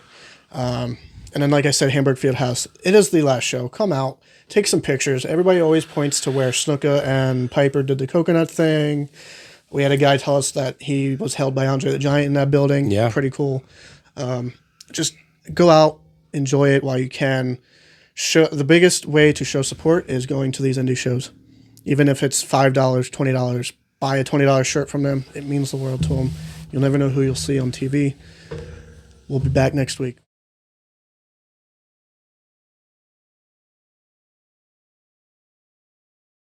Speaker 1: Um, And then, like I said, Hamburg Field House. It is the last show. Come out, take some pictures. Everybody always points to where Snuka and Piper did the coconut thing. We had a guy tell us that he was held by Andre the Giant in that building.
Speaker 2: Yeah.
Speaker 1: Pretty cool. Um, just go out, enjoy it while you can. Show The biggest way to show support is going to these indie shows. Even if it's $5, $20, buy a $20 shirt from them. It means the world to them. You'll never know who you'll see on TV. We'll be back next week.